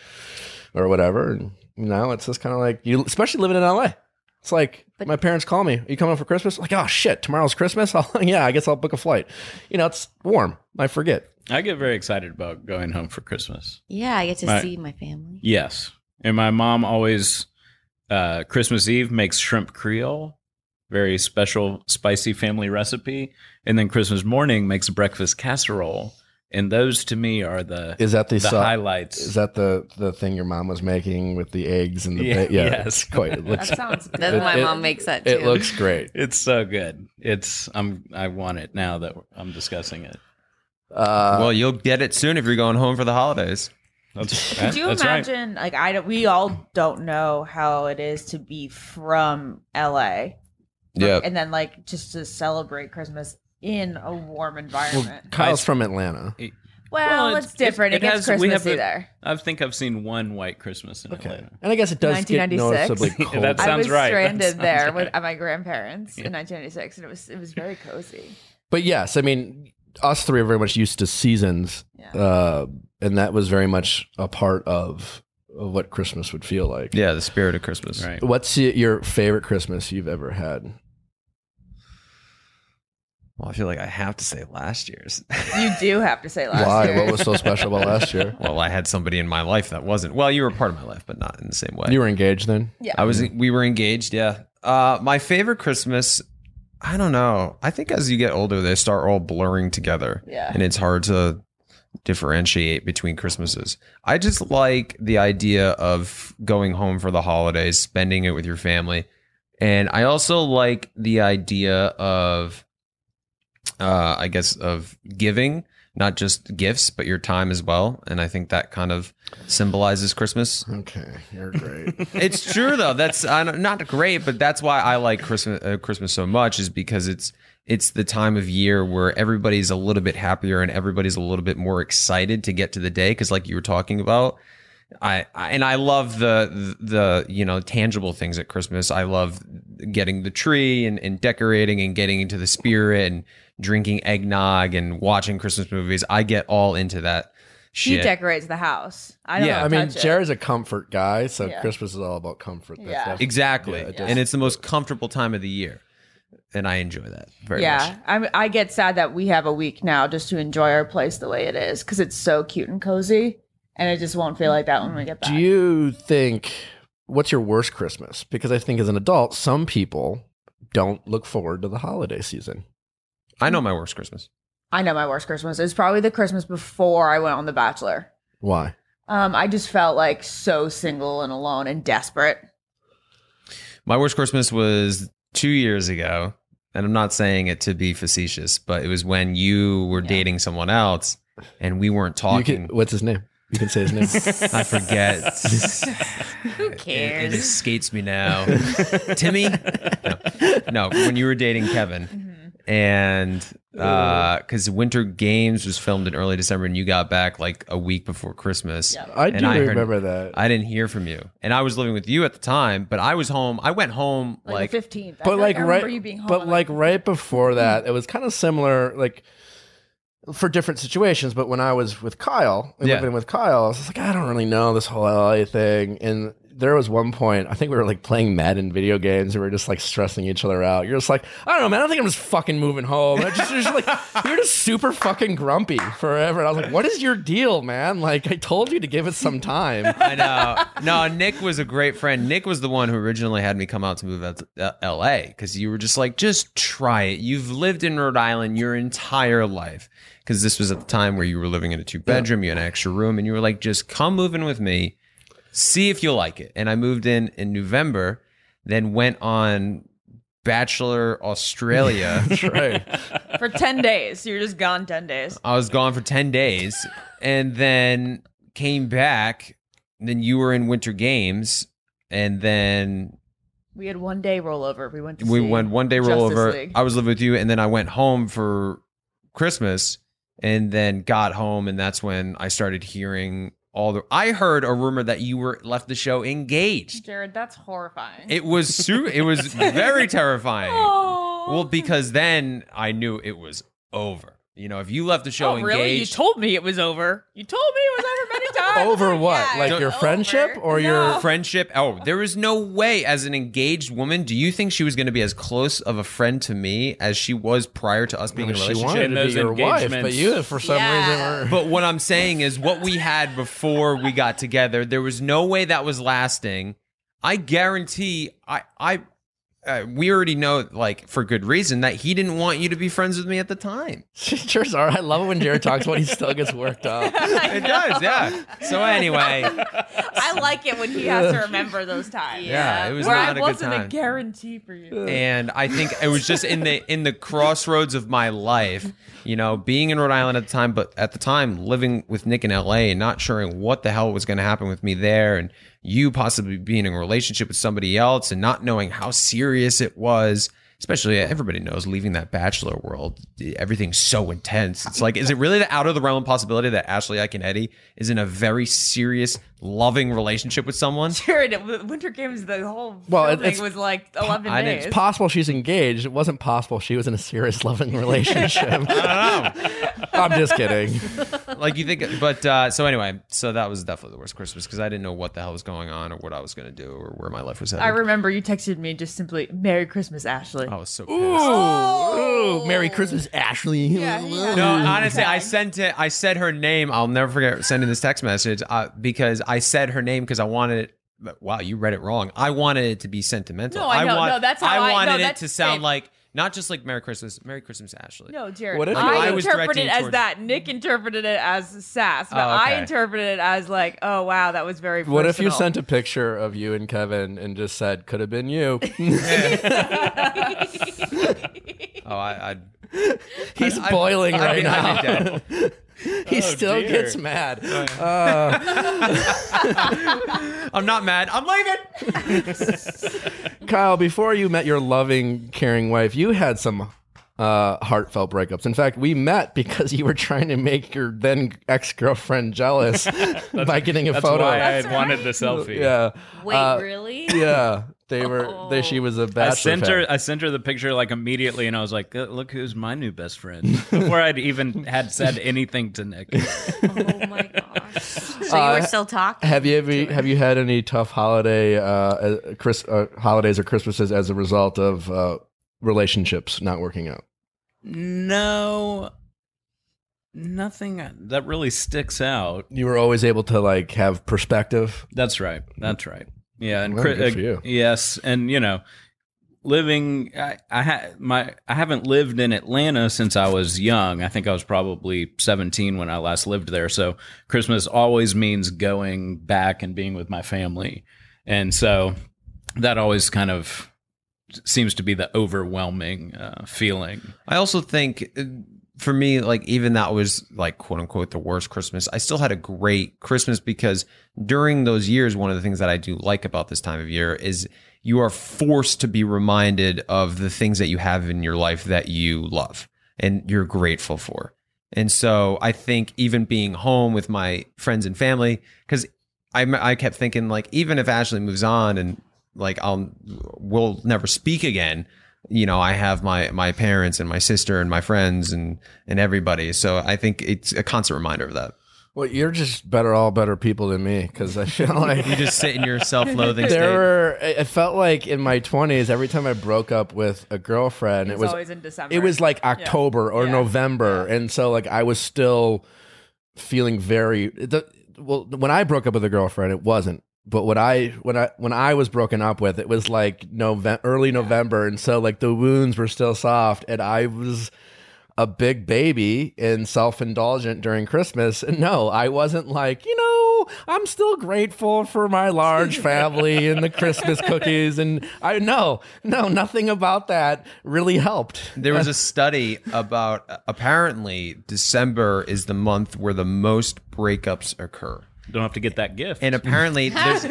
S1: or whatever. And now it's just kind of like you, especially living in LA. It's like
S2: But-
S1: my parents call me. Are you coming for Christmas? Like, oh shit, tomorrow's Christmas. I'll, yeah, I guess I'll book a flight. You know, it's warm. I forget.
S4: I get very excited about going home for Christmas.
S2: Yeah, I get to
S4: Right.
S2: see my family.
S4: Yes. And my mom always, uh, Christmas Eve makes shrimp creole, very special, spicy family recipe. And then Christmas morning makes breakfast casserole. And those to me are the,
S1: Is that the,
S4: the
S1: sau-
S4: highlights.
S1: Is that the the thing your mom was making with the eggs and the
S4: Yeah,
S1: ba- yeah?
S4: yes.
S1: It's quite. It
S5: That
S1: looks
S5: sounds good.
S2: That's
S1: It-
S2: my
S1: it-
S2: mom makes that too.
S1: It looks great.
S4: it's so good. It's I'm I want it now that I'm discussing it.
S1: Uh,
S3: well, you'll get it soon if you're going home for the holidays.
S4: That's,
S5: Could you
S4: that's right.
S5: imagine? Like I, don't- we all don't know how it is to be from LA.
S3: Yeah.
S5: And then like just to celebrate Christmas in a warm
S1: well,
S5: environment.
S1: Kyle's from Atlanta.
S5: Well,
S4: Well,
S5: it's,
S4: it's-
S5: different.
S4: it-
S5: It,
S4: it
S5: gets
S4: has- we have
S5: Christmassy
S4: the-
S5: there.
S4: I think I've seen one white Christmas in Atlanta.
S1: and I guess it does get
S5: 1996.
S1: noticeably
S4: Yeah,
S1: cold.
S4: that's-
S5: I
S4: sounds
S5: was
S4: right. That
S5: stranded
S4: sounds
S5: there
S4: right.
S5: with at my grandparents
S4: Yeah.
S5: in 1996, and it was it was very cozy.
S1: but yes, I mean, us three are very much used to seasons,
S5: Yeah.
S1: uh, and that was very much a part of, of what Christmas would feel like.
S3: Yeah, the spirit of Christmas.
S4: Right.
S1: What's y- your favorite Christmas you've ever had?
S3: Well, I feel like I have to say last year's.
S5: You do have to say last
S1: Why?
S5: year.
S1: What was so special about last year?
S3: well, I had somebody in my life that wasn't. Well, you were part of my life, but not in the same way.
S1: You were engaged then.
S5: yeah.
S3: I was. We were engaged. Yeah. Uh, my favorite Christmas. I don't know. I think as you get older, they start all blurring together,
S5: yeah.
S3: and it's hard to differentiate between Christmases. I just like the idea of going home for the holidays, spending it with your family, and I also like the idea of, uh, I guess, of giving. Not just gifts, but your time as well. And I think that kind of symbolizes Christmas
S1: Okay, you're great.
S3: it's true though. That's I don't- not great, but that's why I like Christmas uh, Christmas so much is because it's it's the time of year where everybody's a little bit happier and everybody's a little bit more excited to get to the day because like you were talking about I, I and I love the the you know tangible things at Christmas. I love getting the tree and, and decorating and getting into the spirit and drinking eggnog and watching Christmas movies. I get all into that
S5: She
S3: shit.
S5: decorates the house. I don't.
S3: Yeah.
S5: know
S1: I mean,
S5: touch it.
S1: Jared's a comfort guy, so
S5: Yeah.
S1: Christmas is all about comfort.
S5: Yeah.
S1: definitely-
S3: Exactly.
S1: Yeah, it
S3: And it's the most comfortable time of the year. And I enjoy that very
S5: Yeah,
S3: much.
S5: I'm, I get sad that we have a week now just to enjoy our place the way it is because it's so cute and cozy, and it just won't feel like that when we get back.
S1: Do you think what's your worst Christmas? Because I think as an adult, some people don't look forward to the holiday season.
S3: I know my worst Christmas.
S5: I know my worst Christmas. It was probably the Christmas before I went on The Bachelor.
S1: Why?
S5: Um, I just felt like so single and alone and desperate.
S3: My worst Christmas was two years ago. And I'm not saying it to be facetious, but it was when you were
S5: Yeah.
S3: dating someone else and we weren't
S1: You
S3: talking.
S1: can, what's his name? You can say his name.
S3: I forget.
S2: Who
S3: It,
S2: cares?
S3: it escapes me now. Timmy? No. no, when you were dating Kevin.
S5: Mm-hmm.
S3: and because Winter Games was filmed in early December, and you got back like a week before Christmas.
S5: Yeah.
S1: I
S3: And
S1: do
S3: I heard-
S1: remember that.
S3: I didn't hear from you, and I was living with you at the time, but I was home. I went home
S5: Like
S3: like,
S5: the fifteenth,
S1: but like
S5: I remember
S1: right,
S5: you being home.
S1: but
S5: I'm
S1: like right before that, it was kind of similar. Like for different situations. But when I was with Kyle, and
S3: Yeah.
S1: living with Kyle, I was like, I don't really know this whole LA thing. And there was one point, I think we were like playing Madden video games and we were just like stressing each other out. You're just like, I don't know, man. I think I'm just fucking moving home. And I just, just like, you're just super fucking grumpy forever. And I was like, what is your deal, man? Like, I told you to give it some time.
S3: I know. No, Nick was a great friend. Nick was the one who originally had me come out to move out to uh, LA because you were just like, just try it. You've lived in Rhode Island your entire life because this was at the time where you were living in a two bedroom, you had an extra room, and you were like, just come move in with me, see if you like it. And I moved in in November, then went on Bachelor Australia.
S1: That's right.
S5: for 10 days. You're just gone 10 days.
S3: I was gone for 10 days and then came back. and Then you were in Winter Games. And then
S5: We had one day rollover. We went to
S3: we
S5: see
S3: went one day
S5: Justice
S3: rollover.
S5: League.
S3: I was living with you. And then I went home for Christmas and then got home. And that's when I started hearing all the. I heard a rumor that you were left the show engaged.
S5: Jared, that's horrifying.
S3: It was su- It was very terrifying.
S5: oh.
S3: Well, because then I knew it was over. You know, if you left the show
S5: Oh,
S3: engaged,
S5: really? You told me it was over. You told me it was over many times.
S1: Over what?
S5: Yeah,
S1: like
S5: it's
S1: your
S5: over.
S1: friendship or your.
S3: friendship. Oh, there is no way as an engaged woman, do you think she was going to be as close of a friend to me as she was prior to us being in a
S1: She
S3: relationship?
S1: wanted to be
S4: those
S1: your wife,
S4: engagements.
S1: but you, for some
S2: Yeah.
S1: reason, were.
S3: But what I'm saying is what we had before we got together, there was no way that was lasting. I guarantee I I uh, we already know like for good reason that he didn't want you to be friends with me at the time.
S1: Cheers are. I love it when Jared talks when he still gets worked up.
S3: It does, yeah. So anyway,
S5: I like it when he has to remember those times.
S3: Yeah, it was
S5: Where
S3: not
S5: I
S3: a good
S5: wasn't
S3: time.
S5: a guarantee for you.
S3: and I think it was just in the in the crossroads of my life, you know, being in Rhode Island at the time, but at the time living with Nick in LA and not sure what the hell was going to happen with me there, and you possibly being in a relationship with somebody else and not knowing how serious it was. Especially, uh, everybody knows leaving that bachelor world, e, everything's so intense. It's like, is it really the out of the realm possibility that Ashley Eikenetti is in a very serious, loving relationship with someone?
S5: Jared, it- w- Winter Games, the whole
S1: Well, it-
S5: thing
S1: it's-
S5: was like 11
S3: I didn't-
S5: days.
S1: It's possible she's engaged. It wasn't possible she was in a serious loving relationship. I don't know. I'm just kidding.
S3: like you think but uh so anyway so that was definitely the worst christmas because i didn't know what the hell was going on or what i was going to do or where my life was headed
S5: I remember you texted me just simply, Merry Christmas, Ashley.
S3: I was so pissed
S1: Ooh, ooh, Merry Christmas, Ashley.
S3: no honestly i sent it i said her name i'll never forget sending this text message uh, because i said her name because i wanted it but, wow you read it wrong i wanted it to be sentimental
S5: No, I know.
S3: want-
S5: No, that's how I-
S3: i
S5: no,
S3: wanted it
S5: that's
S3: to
S5: the
S3: sound
S5: same.
S3: like not just like merry christmas merry christmas ashley
S5: No, Jared.
S1: What if you-
S5: I,
S1: I
S3: was
S5: interpreted
S3: directing
S5: it as
S3: towards-
S5: that. Nick interpreted it as sass, but
S3: Oh, okay.
S5: I interpreted it as like, oh wow, that was very.
S1: What if you
S5: personal.
S1: sent a picture of you and Kevin and just said, could have been you?
S3: oh i i
S1: He's
S3: I-
S1: boiling
S3: I-
S1: right
S3: I-
S1: now.
S3: I did that.
S1: he still
S4: dear.
S1: gets mad.
S3: i'm not mad i'm leaving
S1: Kyle, before you met your loving, caring wife, you had some uh, heartfelt breakups. In fact, we met because you were trying to make your then ex girlfriend jealous by getting a
S4: That's
S1: photo.
S4: why I
S2: That's
S4: had wanted
S2: right.
S4: the selfie.
S1: yeah,
S2: Wait,
S1: Uh,
S2: really?
S1: yeah. They were. They. She was a bachelor.
S4: I sent
S1: fan.
S4: her. I sent her the picture like immediately, and I was like, "Uh, "Look who's my new best friend." Before I'd even had said anything to Nick.
S2: Oh my gosh. So
S1: Uh,
S2: you were still talking?
S1: Have you ever have you had any tough holiday uh, uh, Chris, uh holidays or Christmases as a result of uh, relationships not working out?
S4: No, nothing that really sticks out.
S1: You were always able to like have perspective.
S4: That's right. That's right. Yeah, and
S1: Well,
S4: Chris,
S1: good for you.
S4: yes, and you know, living. I, I ha- my I haven't lived in Atlanta since I was young. I think I was probably seventeen when I last lived there. So Christmas always means going back and being with my family, and so that always kind of seems to be the overwhelming uh, feeling.
S3: I also think uh, for me, like even that was like quote unquote the worst Christmas. I still had a great Christmas because during those years, one of the things that I do like about this time of year is you are forced to be reminded of the things that you have in your life that you love and you're grateful for. And so I think even being home with my friends and family, because I, I kept thinking like even if Ashley moves on and like I'll we'll never speak again, you know, I have my my parents and my sister and my friends and and everybody. So I think it's a constant reminder of that.
S1: Well, you're just better, all better people than me because I feel like
S3: You just sit in your
S1: there
S3: self-loathing state.
S1: were. I I felt like in my 20s, every time I broke up with a girlfriend,
S5: It's
S1: it was
S5: always in December.
S1: it was like October or
S5: Yeah.
S1: November, and so like I was still feeling very. The, well, when I broke up with a girlfriend, it wasn't. But when I when I when I was broken up with, it was like November, early November, and so like the wounds were still soft, and I was a big baby and self indulgent during Christmas. And no, I wasn't like you know I'm still grateful for my large family and the Christmas cookies, and I no no nothing about that really helped.
S3: There was a study about apparently December is the month where the most breakups occur.
S4: Don't have to get that gift.
S3: And apparently, there's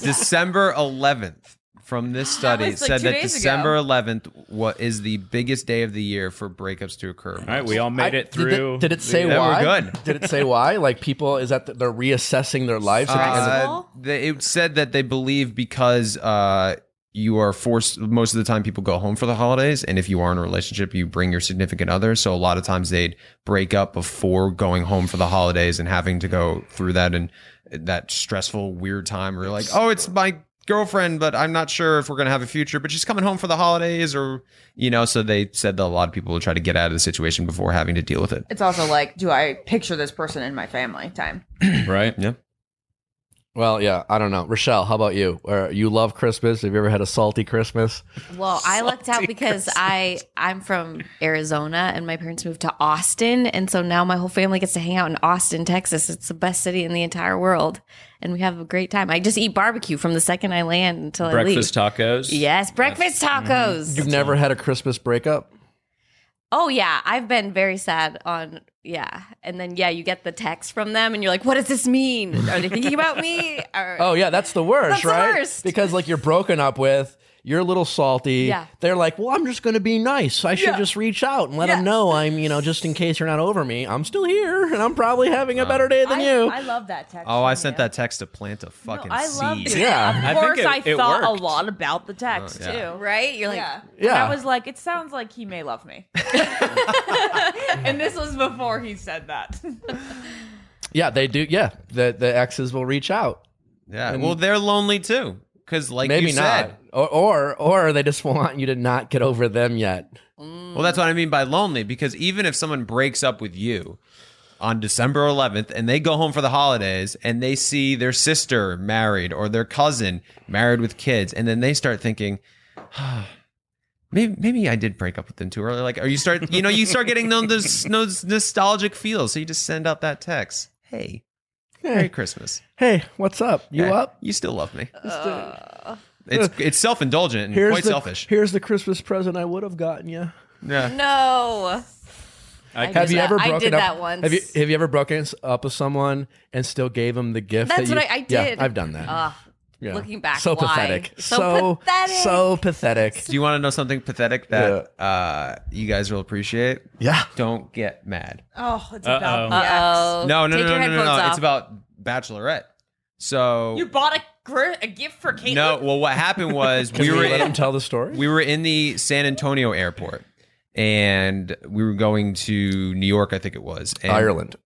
S3: December 11th from this study
S5: was, like,
S3: said
S5: two
S3: that
S5: days ago.
S3: December 11th what is the biggest day of the year for breakups to occur.
S4: all right, we all made
S1: I-
S4: it
S1: did it-
S4: through.
S1: Did it, say
S3: Yeah, we're
S1: why?
S3: good.
S1: Did it say why? Like people is that they're reassessing their lives?
S3: Uh,
S5: Stressful?
S3: they, it said that they believe because uh, you are forced most of the time people go home for the holidays and if you are in a relationship you bring your significant other so a lot of times they'd break up before going home for the holidays and having to go through that and that stressful weird time where you're like oh it's my girlfriend but i'm not sure if we're going to have a future but she's coming home for the holidays or you know so they said that a lot of people will try to get out of the situation before having to deal with it
S5: It's also like, do I picture this person in my family time?
S4: right?
S3: yeah
S1: well, yeah, I don't know. Rochelle, how about you? Or you love Christmas? Have you ever had a salty Christmas?
S2: Well, I lucked out because I I'm from Arizona and my parents moved to Austin, and so now my whole family gets to hang out in Austin, Texas. It's the best city in the entire world, and we have a great time. I just eat barbecue from the second I land until
S4: Breakfast
S2: I
S4: tacos.
S2: leave. Yes, breakfast
S1: Mm-hmm.
S2: tacos.
S1: You've never had a Christmas breakup?
S2: Oh yeah, I've been very sad on yeah, and then yeah, you get the text from them, and you're like, what does this mean? Are they thinking about me? Or,
S1: Oh yeah, that's the worst,
S2: That's the
S1: right?
S2: worst.
S1: Because like you're broken up with. You're a little salty.
S2: Yeah.
S1: They're like, well, I'm just going to be nice. I should just reach out and let them know I'm, you know, just in case you're not over me, I'm still here and I'm probably having a better day than
S5: I,
S1: you.
S5: I love that text.
S3: oh i
S5: from
S3: sent
S5: you.
S3: that text to plant a fucking
S5: I love
S3: seed
S5: you.
S1: yeah.
S4: I
S5: Of course,
S4: think
S5: I,
S4: it- it
S5: thought
S4: worked.
S5: a lot about the text
S3: Oh, yeah.
S5: too.
S2: right, you're like.
S5: yeah.
S1: Yeah.
S5: And I was like, it sounds like he may love me. and this was before he said that.
S1: Yeah, they do. Yeah. The, the exes will reach out.
S3: Yeah. well, they're lonely too. Because, like
S1: Maybe
S3: you
S1: not.
S3: said,
S1: Or, or or they just want you to not get over them yet.
S3: well, that's what I mean by lonely. Because even if someone breaks up with you on December 11th and they go home for the holidays and they see their sister married or their cousin married with kids, and then they start thinking, "Ah, Maybe, maybe I did break up with them too early. Like, or you start, you know, you start getting those, those nostalgic feels. So you just send out that text. Hey, Merry Christmas.
S1: Hey, what's up? You
S3: Yeah,
S1: up?
S3: You still love me.
S2: Uh,
S3: It's it's self indulgent and quite
S1: the,
S3: selfish.
S1: Here's the Christmas present I would have gotten you.
S3: yeah.
S2: No.
S4: I
S2: did
S1: Have you
S2: that-
S1: ever broken
S2: I did
S1: up?
S2: that once.
S1: Have you have you ever broken up with someone and still gave them the gift?
S2: That's
S1: that
S2: what
S1: you-
S2: I, I did.
S1: Yeah, I've done that.
S2: Ugh,
S1: Yeah.
S2: Looking back,
S1: so
S2: why?
S1: pathetic.
S2: So
S1: so
S2: pathetic.
S1: So pathetic.
S3: Do you want to know something pathetic that uh, you guys will appreciate?
S1: Yeah.
S3: Don't get mad.
S5: oh, it's
S4: Uh-oh.
S5: about
S2: Uh-oh.
S3: No, no,
S2: Oh, Take
S3: no,
S2: your
S3: no, no, no,
S2: headphones
S3: no.
S2: Off.
S3: It's about Bachelorette. So
S5: You bought a, gr- a gift for Caitlin?
S3: no. Well, what happened was
S1: Can
S3: we were
S1: let
S3: in,
S1: them tell the story.
S3: we were in the San Antonio airport, and we were going to New York, I think it was and,
S1: Ireland.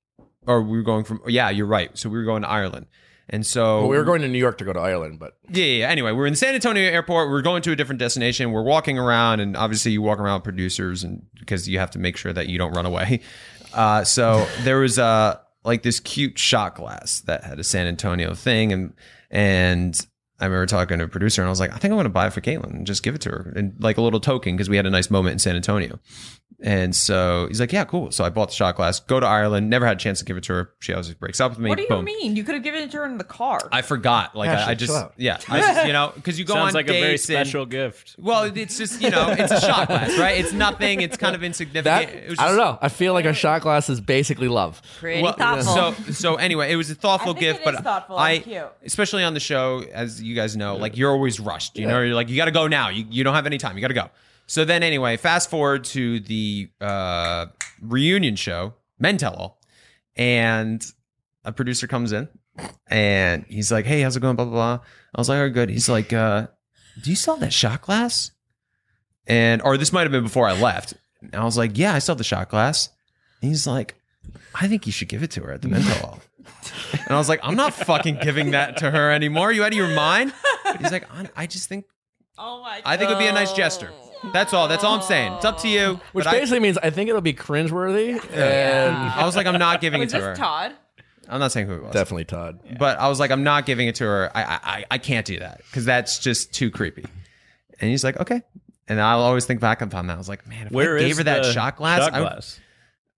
S3: or we were going from. Yeah, you're right. So we were going to Ireland, and so
S1: Well, we were going to New York to go to Ireland, but
S3: Yeah, yeah. yeah. Anyway, we're in San Antonio airport. We're going to a different destination. We're walking around, and obviously, you walk around producers, and because you have to make sure that you don't run away. Uh, so there was uh, like this cute shot glass that had a San Antonio thing, and and I remember talking to a producer, and I was like, I think I'm going to buy it for Caitlin and just give it to her, and like a little token because we had a nice moment in San Antonio. And so he's like, Yeah, cool. So I bought the shot glass. Go to Ireland. Never had a chance to give it to her. She always breaks up with me.
S5: What do you
S3: Boom.
S5: mean? You could have given it to her in the car.
S3: I forgot. Like I,
S1: Ashley,
S3: I just
S1: chill out.
S3: yeah. I just, you know, because you go
S4: Sounds
S3: on
S4: like a
S3: dates
S4: very
S3: and-
S4: special gift.
S3: well, it's just you know, it's a shot glass, right? It's nothing. It's kind of insignificant.
S1: that
S3: It was
S1: I don't
S3: just-
S1: know. I feel like a shot glass is basically love.
S2: Pretty
S3: well,
S2: thoughtful.
S3: So so anyway, it was a thoughtful
S5: I think
S3: gift,
S5: it
S3: but
S5: is thoughtful
S3: I
S5: and cute.
S3: especially on the show, as you guys know, like you're always rushed. You know, you're like you got to go now. You you don't have any time. You got to go. So then anyway, fast forward to the uh, reunion show, Men Tell All, and a producer comes in and he's like, "Hey, how's it going?" Blah blah blah. I was like, "Oh, good." He's like, uh, "Do you sell that shot glass?" and or this might have been before I left. And I was like, yeah, I still have the shot glass. And he's like, I think you should give it to her at the mental hall. And I was like, I'm not fucking giving that to her anymore. Are you out of your mind? He's like, I, I just think
S5: Oh my!
S3: I think it would be a nice gesture. That's all. That's all I'm saying. It's up to you.
S1: Which
S3: But I-
S1: basically means I think it'll be cringeworthy. And
S3: I, was like, I'm not giving it
S5: Was
S3: to her.
S5: this Todd?
S3: I'm not saying who it was.
S1: definitely Todd.
S3: But I was like, I'm not giving it to her. I I, I- I can't do that because that's just too creepy. And he's like, okay. And I'll always think back upon that. I was like, man, if
S4: Where
S3: I
S4: is
S3: gave her that
S4: the
S3: shot glass,
S4: shot
S3: I would-
S4: glass?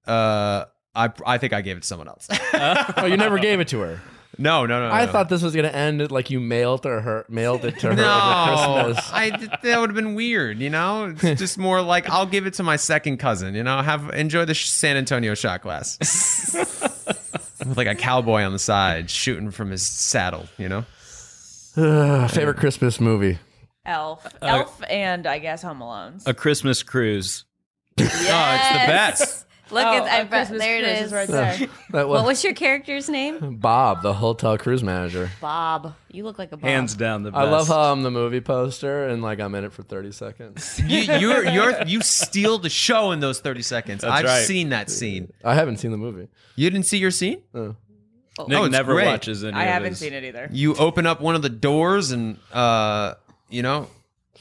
S3: uh, I I think I gave it to someone else.
S1: Oh, you never gave it to her.
S3: no, no, no. no,
S1: I
S3: no.
S1: thought this was gonna end it like you mailed to her, mailed it to her
S3: No,
S1: over Christmas.
S3: I that would have been weird, you know. It's just more like I'll give it to my second cousin, you know. Have enjoy the sh- San Antonio shot glass with like a cowboy on the side shooting from his saddle, you know.
S1: Ugh, favorite Christmas movie.
S5: Elf,
S3: Uh,
S5: Elf, and I guess Home Alone.
S4: A Christmas cruise.
S2: Yes.
S4: Oh, it's the best.
S2: Look,
S5: Oh,
S2: it's, I,
S5: a Christmas
S2: there it
S5: Cruise
S2: is.
S5: is right there.
S1: That
S2: What
S1: was
S2: was your character's name?
S1: Bob, the hotel cruise manager.
S2: Bob. You look like a Bob.
S4: Hands down the best.
S1: I love how I'm the movie poster and like I'm in it for 30 seconds.
S3: You you're, you're you steal the show in those thirty seconds. I've
S4: right.
S3: seen that scene.
S1: I haven't seen the movie.
S3: You didn't see your scene.
S4: Nick
S3: Oh, it's
S4: never
S3: great.
S4: watches any
S5: I
S4: of
S5: haven't
S4: his-
S5: seen it either.
S3: You open up one of the doors and uh, you know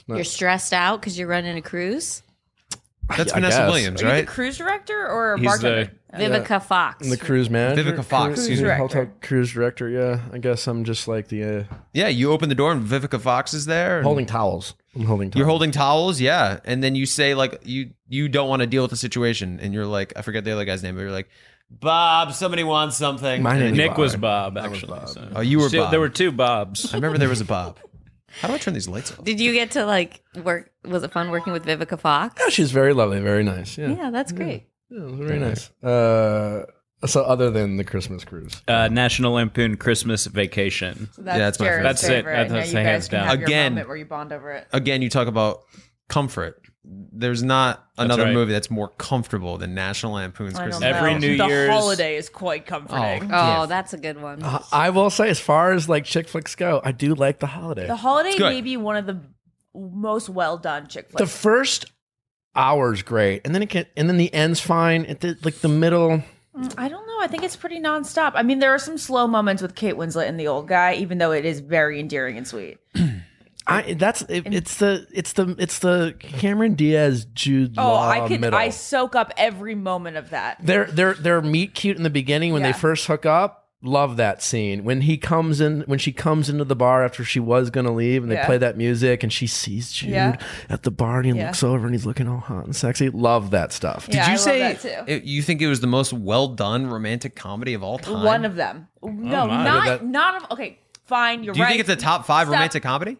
S2: You're stressed out because you're running a cruise.
S3: that's
S1: I
S3: Vanessa
S1: guess.
S3: Williams,
S5: Are you
S3: right?
S5: the cruise director or a
S4: He's
S5: bartender?
S4: the
S2: Vivica Fox.
S1: And the cruise manager.
S3: Vivica Fox,
S1: Cruise,
S3: excuse
S5: me.
S1: Hotel cruise director, yeah. I guess I'm just like the uh,
S3: yeah, you open the door and Vivica Fox is there. and-
S1: holding towels. I'm holding towels.
S3: You're holding towels, yeah. And then you say like you you don't want to deal with the situation, and you're like I forget the other guy's name, but you're like Bob. Somebody wants something.
S1: My
S3: And
S1: name
S3: then you
S1: Bob.
S4: Nick was Bob,
S1: was
S4: actually.
S1: Bob.
S4: so-
S3: Oh, you were
S4: Still-
S3: Bob.
S4: There were two Bobs.
S3: I remember there was a Bob. How do I turn these lights off?
S2: Did you get to like work? Was it fun working with Vivica Fox?
S1: Yeah, she's very lovely, very nice. Yeah.
S2: Yeah, that's great.
S1: Yeah, it was very nice. Uh, so other than the Christmas cruise.
S4: Uh, National Lampoon Christmas Vacation.
S5: That's
S3: that's my
S5: Jared's
S3: favorite.
S4: That's it.
S5: favorite.
S4: That's-
S5: Now
S4: that's
S5: you guys
S4: hands
S5: can
S4: down.
S5: have your
S3: Again.
S5: moment where you bond over it.
S3: Again, you talk about comfort. There's not another
S4: right.
S3: movie that's more comfortable than National Lampoon's
S5: I don't
S3: Christmas.
S5: know.
S4: Every New
S5: the
S4: Year's-
S5: holiday is quite comforting.
S2: Oh,
S3: Yeah.
S2: that's a good one.
S1: Uh, I will say, as far as like chick flicks go, I do like the holiday.
S5: The holiday
S3: good.
S5: may be one of the most well done chick
S1: the
S5: flicks.
S1: first hour's great, and then it can, and then the end's fine. At the, like the middle,
S5: Mm, I don't know. I think it's pretty nonstop. I mean, there are some slow moments with Kate Winslet and the old guy, even though it is very endearing and sweet.
S1: I that's it, it's the it's the it's the Cameron Diaz Jude
S5: Oh,
S1: Law
S5: I could.
S1: middle.
S5: I soak up every moment of that.
S1: they're they're they're meet cute in the beginning when
S5: Yeah.
S1: they first hook up. Love that scene when he comes in when she comes into the bar after she was gonna leave and they
S5: Yeah.
S1: play that music and she sees Jude
S5: Yeah.
S1: at the bar and he
S5: Yeah.
S1: looks over and he's looking all hot and sexy. Love that stuff.
S5: yeah,
S3: Did you
S5: I
S3: say
S5: love that too.
S3: it- you think it was the most well done romantic comedy of all time?
S5: One of them. No,
S4: Oh my.
S5: not
S1: That-
S5: not of. Okay, fine. You're
S3: Do you
S5: right.
S3: think it's a top five
S5: Stop.
S3: romantic comedy?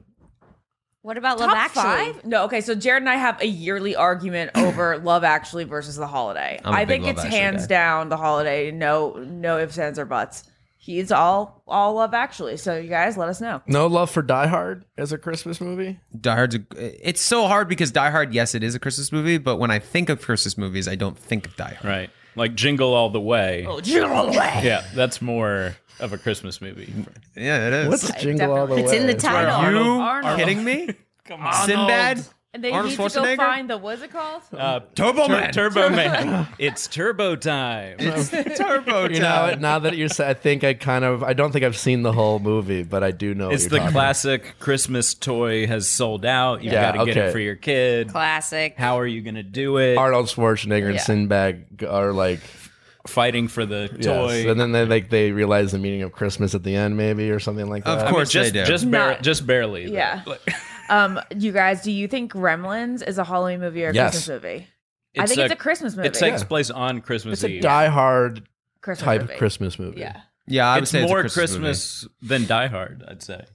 S2: what about Love
S5: Top
S2: Actually?
S5: five? No, okay. So Jared and I have a yearly argument over Love Actually versus The Holiday.
S3: I'm a
S5: I
S3: big
S5: think
S3: Love
S5: it's
S3: Actually
S5: hands
S3: guy.
S5: down The Holiday. No, no ifs, ands, or buts. He's all all Love Actually. So you guys, let us know.
S1: No love for Die Hard as a Christmas movie.
S3: Die Hard's a, it's so hard because Die Hard, yes, it is a Christmas movie, but when I think of Christmas movies, I don't think of Die Hard.
S4: Right. Like Jingle All the Way.
S5: Oh, Jared.
S4: Yeah, that's more of a Christmas movie.
S3: Yeah, it is.
S1: What's Jingle All the Way?
S2: It's in the
S3: Are
S2: title.
S3: you
S5: Arnold.
S3: kidding me? Come
S4: on.
S3: Sinbad?
S5: And they
S3: Arnold
S5: need to go
S3: Schwarzenegger?
S5: find the what's it called?
S4: Uh,
S3: Turbo
S4: Tur-
S3: Man.
S4: Turbo Man. It's Turbo Time.
S3: Turbo
S1: You know, what? now that you say, I think I kind of, I don't think I've seen the whole movie, but I do know. what
S4: It's
S1: you're
S4: the
S1: talking
S4: classic Christmas toy has sold out. You've
S1: Yeah,
S4: got to get
S1: okay.
S4: it for your kid.
S2: Classic.
S4: How are you going to do it?
S1: about. Arnold Schwarzenegger and
S5: Yeah.
S1: Sinbad are like,
S4: Fighting for the
S1: yes.
S4: toy.
S1: and then they like they realize the meaning of Christmas at the end, maybe or something like that.
S3: Of course
S4: just,
S3: they do.
S4: Just, bar-
S5: Not-
S4: just barely. though.
S5: Yeah. um, you guys, do you think Gremlins is a Halloween movie or a
S1: Yes.
S5: Christmas movie? I think it's a Christmas movie.
S4: It takes place on
S1: it's
S4: Christmas
S1: a
S4: Eve.
S1: Die Hard
S5: Christmas
S1: type
S5: movie.
S1: of Christmas movie.
S5: Yeah.
S3: Yeah, I would
S4: it's
S3: say
S4: more
S3: it's a Christmas.
S4: Christmas than Die Hard, I'd say.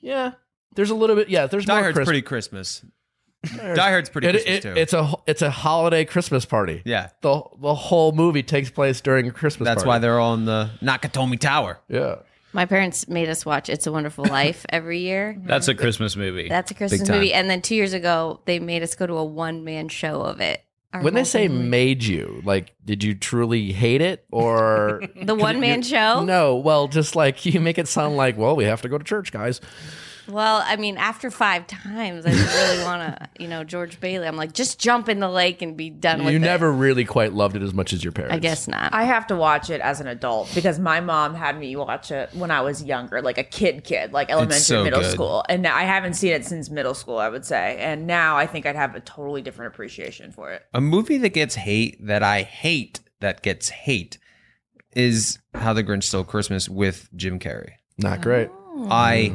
S1: yeah. There's a little bit. Yeah, there's
S3: movie. Die
S1: more
S3: Hard's
S1: Christ-
S3: pretty Christmas. Die Hard's pretty
S1: It-
S3: Christmas
S1: it-
S3: too.
S1: It's a it's a holiday Christmas party.
S3: yeah,
S1: The the whole movie takes place during a Christmas.
S3: that's
S1: party.
S3: why they're all in the Nakatomi Tower.
S1: Yeah.
S2: My parents made us watch It's a Wonderful Life every year.
S4: That's a Christmas movie.
S2: That's a Christmas
S3: time.
S2: movie. And then two years ago, they made us go to a one man show of it. Our
S1: When they
S2: whole
S1: say
S2: family.
S1: made you, like, did you truly hate it or
S2: the one man show,
S1: No, well, just like you make it sound like, well, we have to go to church, guys.
S2: Well, I mean, after five times, I really want to, you know, George Bailey. I'm like, just jump in the lake and be done with
S6: You
S2: it.
S6: never really quite loved it as much as your parents.
S2: I guess not.
S5: I have to watch it as an adult because my mom had me watch it when I was younger, like a kid, kid, like elementary,
S3: so
S5: middle
S3: good.
S5: school. And now I haven't seen it since middle school, I would say. And now I think I'd have a totally different appreciation for it.
S3: A movie that gets hate that I hate that gets hate is How the Grinch Stole Christmas with Jim Carrey.
S1: Not great.
S2: Oh.
S5: Hmm.
S3: I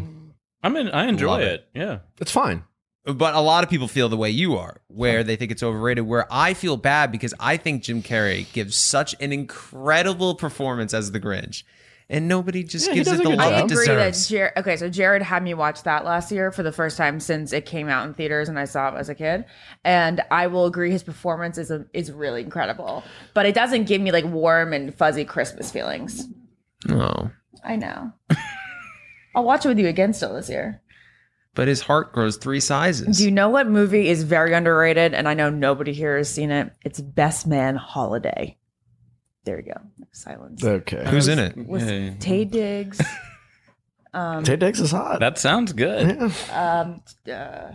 S4: I mean, I enjoy
S3: Love
S4: it.
S3: it.
S4: Yeah.
S6: It's fine.
S3: but a lot of people feel the way you are, where they think it's overrated. Where I feel bad because I think Jim Carrey gives such an incredible performance as the Grinch, and nobody just
S1: Yeah, he
S3: gives
S1: does
S3: it
S1: a
S3: the
S1: good
S3: love
S1: job.
S5: I
S3: it
S5: agree that
S3: Oh, deserves.
S5: Jared. Okay, so Jared had me watch that last year for the first time since it came out in theaters, and I saw it as a kid. And I will agree, his performance is a, is really incredible, but it doesn't give me like warm and fuzzy Christmas feelings.
S3: No,
S5: I know. I'll watch it with you again still this year.
S3: but his heart grows three sizes.
S5: Do you know what movie is very underrated? And I know nobody here has seen it. It's Best Man Holiday. There you go. Silence.
S1: Okay.
S3: Who's in it?
S5: Was
S4: Yeah.
S5: Tay Diggs. um,
S1: Tay Diggs is hot.
S4: That sounds good.
S1: yeah.
S5: um, uh,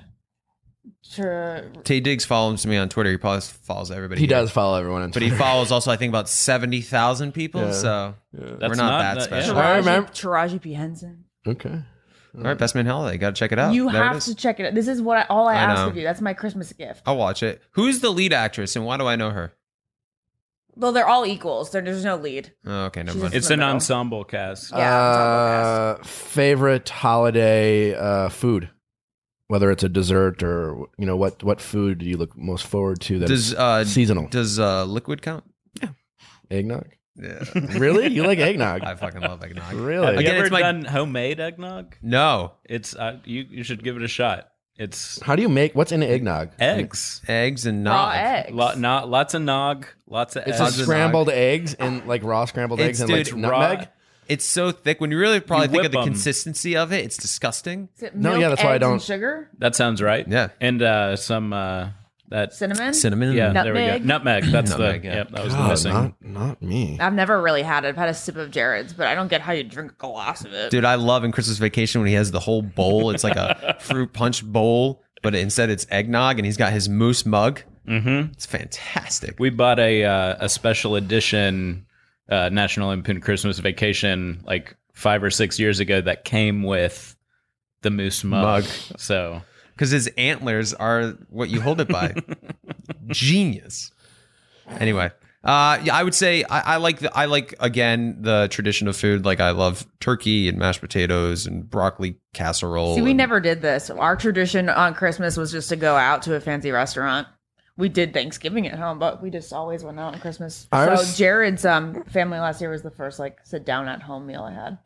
S5: Tr-
S3: Tay Diggs follows me on Twitter. He probably follows everybody.
S6: He
S3: here.
S6: does follow everyone on
S3: but he
S6: Twitter.
S3: follows also I think about seventy thousand people.
S1: Yeah.
S3: So
S4: That's
S3: we're not, that
S4: yeah.
S3: special.
S1: I remember-
S5: Taraji P. Henson.
S1: Okay.
S3: All right, Best Man Holiday. Got to check it out.
S5: you
S3: There it
S5: have
S3: is.
S5: to check it out. This is what I, all I,
S3: I
S5: ask
S3: know.
S5: of you. That's my Christmas gift.
S3: I'll watch it. Who's the lead actress, and why do I know her?
S5: Well, they're all equals. There- There's no lead.
S3: Oh, okay, never
S5: She's
S3: mind.
S5: a-
S4: It's an
S5: Middle.
S4: ensemble
S3: Oh,
S4: cast.
S5: Yeah, it's all
S1: Uh, favorite holiday uh, food, whether it's a dessert or you know what what food do you look most forward to that is
S3: Does uh,
S1: seasonal?
S3: does uh, liquid count?
S1: eggnog.
S3: Yeah,
S1: Really? You like eggnog?
S3: I fucking love eggnog.
S1: really?
S4: Have you
S3: Again,
S4: ever
S3: it's my-
S4: done homemade eggnog?
S3: No
S4: It's uh, you. You should give it a shot. It's
S1: How do you make? What's in eggnog?
S3: E-
S4: eggs.
S3: eggs and
S5: Raw
S3: nog.
S5: eggs.
S4: Lot, not lots of nog. Lots of
S1: It's
S4: eggs.
S1: just scrambled eggs and like raw scrambled eggs
S3: It's-
S1: and like
S3: dude,
S4: raw-
S1: nutmeg.
S3: It's so thick. When you really probably
S4: You
S3: think
S4: whip
S3: of the
S4: 'em.
S3: consistency of it, it's disgusting.
S5: Is it
S1: No,
S5: milk,
S1: yeah, that's why I
S5: eggs, and
S1: don't-
S5: Sugar,
S4: That sounds right.
S3: Yeah.
S4: And uh, some uh, that.
S5: cinnamon.
S3: Cinnamon.
S4: Yeah.
S3: and-
S4: There we
S5: Nutmeg.
S4: go. Nutmeg. That's
S3: Nutmeg,
S4: the.
S3: yeah.
S4: Yep. That was the
S1: God,
S4: missing.
S1: Ah, not not me.
S5: I've never really had it. I've had a sip of Jared's, but I don't get how you drink a glass of it.
S3: Dude, I love in Christmas Vacation when he has the whole bowl. It's like a fruit punch bowl, but instead it's eggnog, and he's got his moose mug.
S4: Mm-hmm.
S3: It's fantastic.
S4: We bought a uh, a special edition uh, National Lampoon Christmas Vacation like five or six years ago that came with the moose mug. So
S3: because his antlers are what you hold it by. Genius. Anyway, uh, yeah, I would say I, I like the I like again the tradition of food. Like I love turkey and mashed potatoes and broccoli casserole.
S5: See, we
S3: and-
S5: never did this. Our tradition on Christmas was just to go out to a fancy restaurant. We did Thanksgiving at home, but we just always went out on Christmas.
S1: I was-
S5: so Jared's um, family last year was the first like sit down at home meal I had.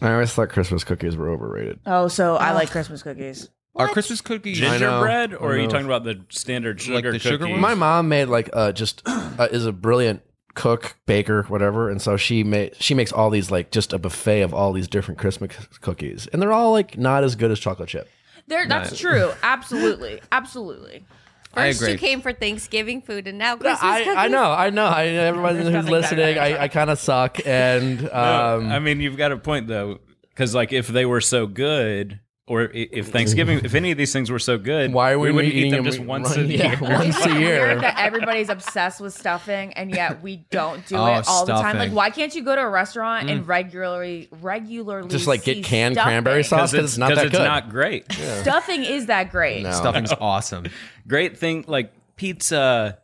S1: I always thought Christmas cookies were overrated.
S5: Oh, so I
S2: Ugh.
S5: like Christmas cookies.
S3: are Christmas cookies.
S4: gingerbread, or are
S1: I
S4: you
S1: know.
S4: talking about the standard sugar
S3: Like the sugar
S4: cookies?
S3: ones?
S1: My mom made like uh, just uh, is a brilliant cook, baker, whatever, and so she made she makes all these like just a buffet of all these different Christmas cookies, and they're all like not as good as chocolate chip.
S5: There, that's true. Absolutely, absolutely.
S3: I
S2: First, you
S3: agree.
S2: came for Thanksgiving food, and now Christmas
S1: I,
S2: cookies.
S1: I know, I know. I, everybody
S5: There's
S1: who's
S5: nothing better.
S1: listening, I, I kind of suck, and um,
S4: I mean, you've got a point though, because like if they were so good, or i- if Thanksgiving, if any of these things were so good,
S1: why are we,
S4: wouldn't
S1: eating
S4: eat them just once a
S1: yeah,
S4: year?
S1: once a
S5: Weird
S1: year.
S5: that everybody's obsessed with stuffing, and yet we don't do
S3: Oh,
S5: it all the time.
S3: stuffing.
S5: Like, why can't you go to a restaurant and regularly, regularly
S1: Mm. Just like
S5: see
S1: get canned
S5: stuffing?
S1: cranberry sauce because it's not
S4: 'cause
S1: that
S4: it's
S1: good.
S4: not great.
S5: Stuffing is that great.
S1: No.
S3: Stuffing's awesome.
S4: Great thing like pizza,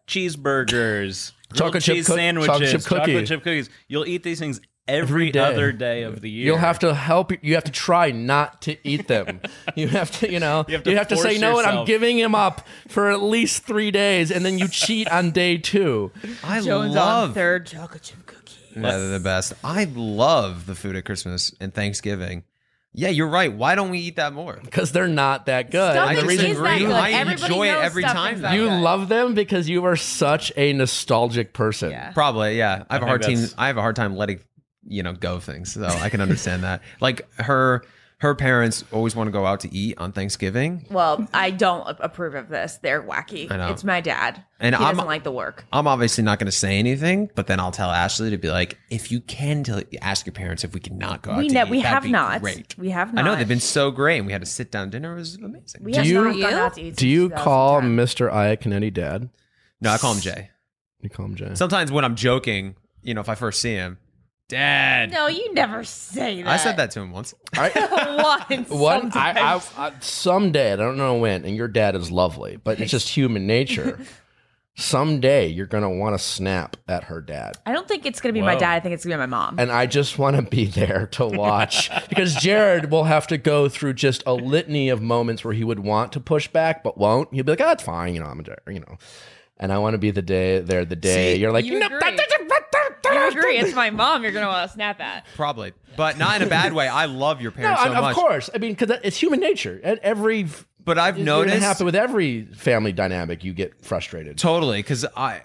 S4: cheeseburgers, grilled
S1: Chocolate chip
S4: cheese
S1: cook-
S4: sandwiches,
S1: chocolate chip cookie.
S4: chocolate chip cookies. You'll eat these things every,
S1: Every day.
S4: other day of the year.
S1: You'll have to help. You have to try not to eat them. you have to, you know, you have
S4: have
S1: to,
S4: to
S1: say
S4: force
S1: no, and I'm
S4: yourself.
S1: giving him up for at least three days, and then you cheat on day two.
S3: I
S5: Jones on
S3: love.
S5: third chocolate chip cookie.
S3: Yeah, they're the best. I love the food at Christmas and Thanksgiving. Yeah, you're right. Why don't we eat that more?
S1: because they're not that good. And
S5: Stuffing
S1: the
S3: I
S1: reason
S5: is that
S3: disagree.
S5: good.
S3: I
S5: Everybody
S3: enjoy it
S5: knows
S3: every
S5: stuffing's
S3: time,
S5: that
S1: you
S5: good.
S1: love them because you are such a nostalgic person.
S5: Yeah.
S3: Probably, yeah. I have a
S4: think
S3: hard time.
S4: that's-
S3: I have a hard time letting you know go of things, so I can understand that. Like her her parents always want to go out to eat on Thanksgiving.
S5: Well, I don't a- approve of this. They're wacky.
S3: I know.
S5: It's my dad.
S3: And
S5: he
S3: I'm-
S5: doesn't like the work.
S3: I'm obviously not going to say anything, but then I'll tell Ashley to be like, if you can, tell, ask your parents if we cannot go out
S5: We
S3: to
S5: know
S3: eat.
S5: we
S3: That'd
S5: have
S3: be
S5: not.
S3: Great.
S5: We have
S3: I
S5: not.
S3: know they've been so great, and we had a sit down dinner. It was amazing.
S5: We
S1: Do
S5: have
S1: you-
S5: not gone out to eat
S1: Do you
S5: since
S1: call
S5: 2010.
S1: Mr. Iaconetti dad?
S3: no, I call him Jay.
S1: You call him Jay.
S3: Sometimes when I'm joking, you know, if I first see him, Dad.
S5: No, you never say that.
S3: I said that to him once.
S5: once.
S1: One, I,
S5: sometimes.
S1: I, I, someday, I don't know when, and your dad is lovely, but it's just human nature. someday you're going to want to snap at her dad.
S5: I don't think it's gonna be my
S4: Whoa.
S5: dad. I think it's gonna be my mom.
S1: And I just want to be there to watch because Jared will have to go through just a litany of moments where he would want to push back but won't. He'll be like, "Ah, it's fine, you know, I'm a Jared," you know." And I want to be the day there, the day
S3: See,
S1: you're like,
S5: you
S1: "No,
S5: agree.
S1: that doesn't- that- that-
S5: you
S1: that-
S5: agree? It's my mom. You're gonna want to snap at.
S3: Probably, but not in a bad way. I love your
S1: No,
S3: parents
S1: I'm-
S3: so
S1: of
S3: much.
S1: course. I mean, because it's human nature. At every
S3: But I've
S1: it
S3: noticed
S1: happen with every family dynamic. You get frustrated.
S3: totally because I.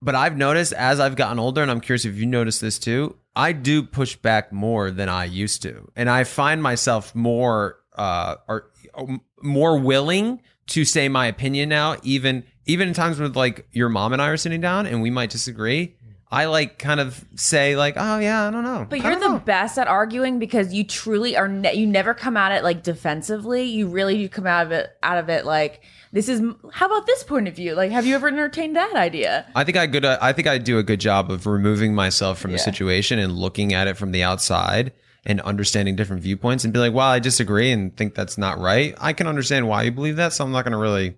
S3: But I've noticed as I've gotten older, and I'm curious if you notice this too. I do push back more than I used to, and I find myself more uh or um, more willing to say my opinion now. Even even in times with like your mom and I are sitting down and we might disagree, I like kind of say like, oh yeah, I don't know.
S5: But
S3: I
S5: you're
S3: don't
S5: the
S3: know.
S5: best at arguing because you truly are. Ne- you never come at it like defensively. You really do come out of it out of it like this is. How about this point of view? Like, have you ever entertained that idea?
S3: I think I good. uh, I think I do a good job of removing myself from the situation and looking at it from the outside and understanding different viewpoints and be like, "Wow, I disagree and think that's not right." I can understand why you believe that, so I'm not going to really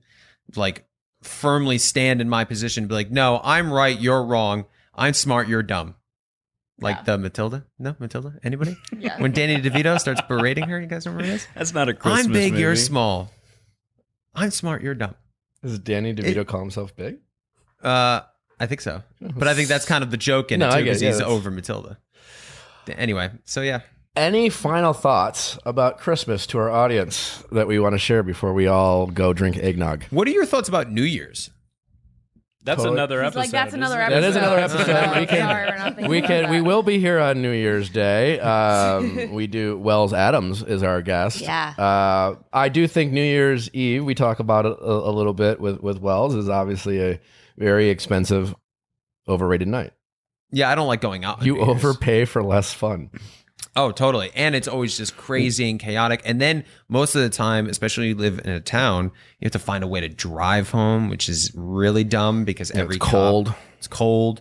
S3: like firmly stand in my position and be like, "No, I'm right, you're wrong. I'm smart, you're dumb." Like the Matilda? No, Matilda. Anybody?
S5: Yeah.
S3: When Danny DeVito starts berating her, you guys remember this?
S4: That's not a Christmas
S3: I'm big,
S4: movie.
S3: you're small. I'm smart, you're dumb.
S1: Does Danny DeVito call himself big?
S3: Uh, I think so. But I think that's kind of the joke in
S1: No,
S3: it too,
S1: I get it.
S3: because
S1: Yeah,
S3: he's
S1: that's-
S3: over Matilda. Anyway, so yeah,
S1: Any final thoughts about Christmas to our audience that we want to share before we all go drink eggnog?
S3: what are your thoughts about New Year's?
S4: That's
S1: Totally.
S4: another
S5: He's
S4: episode.
S5: like, that's another
S4: isn't
S5: episode.
S1: That is another episode.
S5: Oh,
S1: We can-
S5: sorry, we're not thinking
S1: We
S5: about
S1: can. We
S5: that.
S1: will be here on New Year's Day. Um, we do. Wells Adams is our guest.
S2: Yeah.
S1: Uh, I do think New Year's Eve. We talk about it a, a little bit with with Wells is obviously a very expensive, overrated night.
S3: Yeah, I don't like going out. on
S1: You
S3: New Year's.
S1: overpay for less fun.
S3: Oh, totally. And it's always just crazy and chaotic. And then most of the time, especially you live in a town, you have to find a way to drive home, which is really dumb because
S1: Yeah,
S3: every
S1: it's
S3: cop-
S1: cold.
S3: it's cold.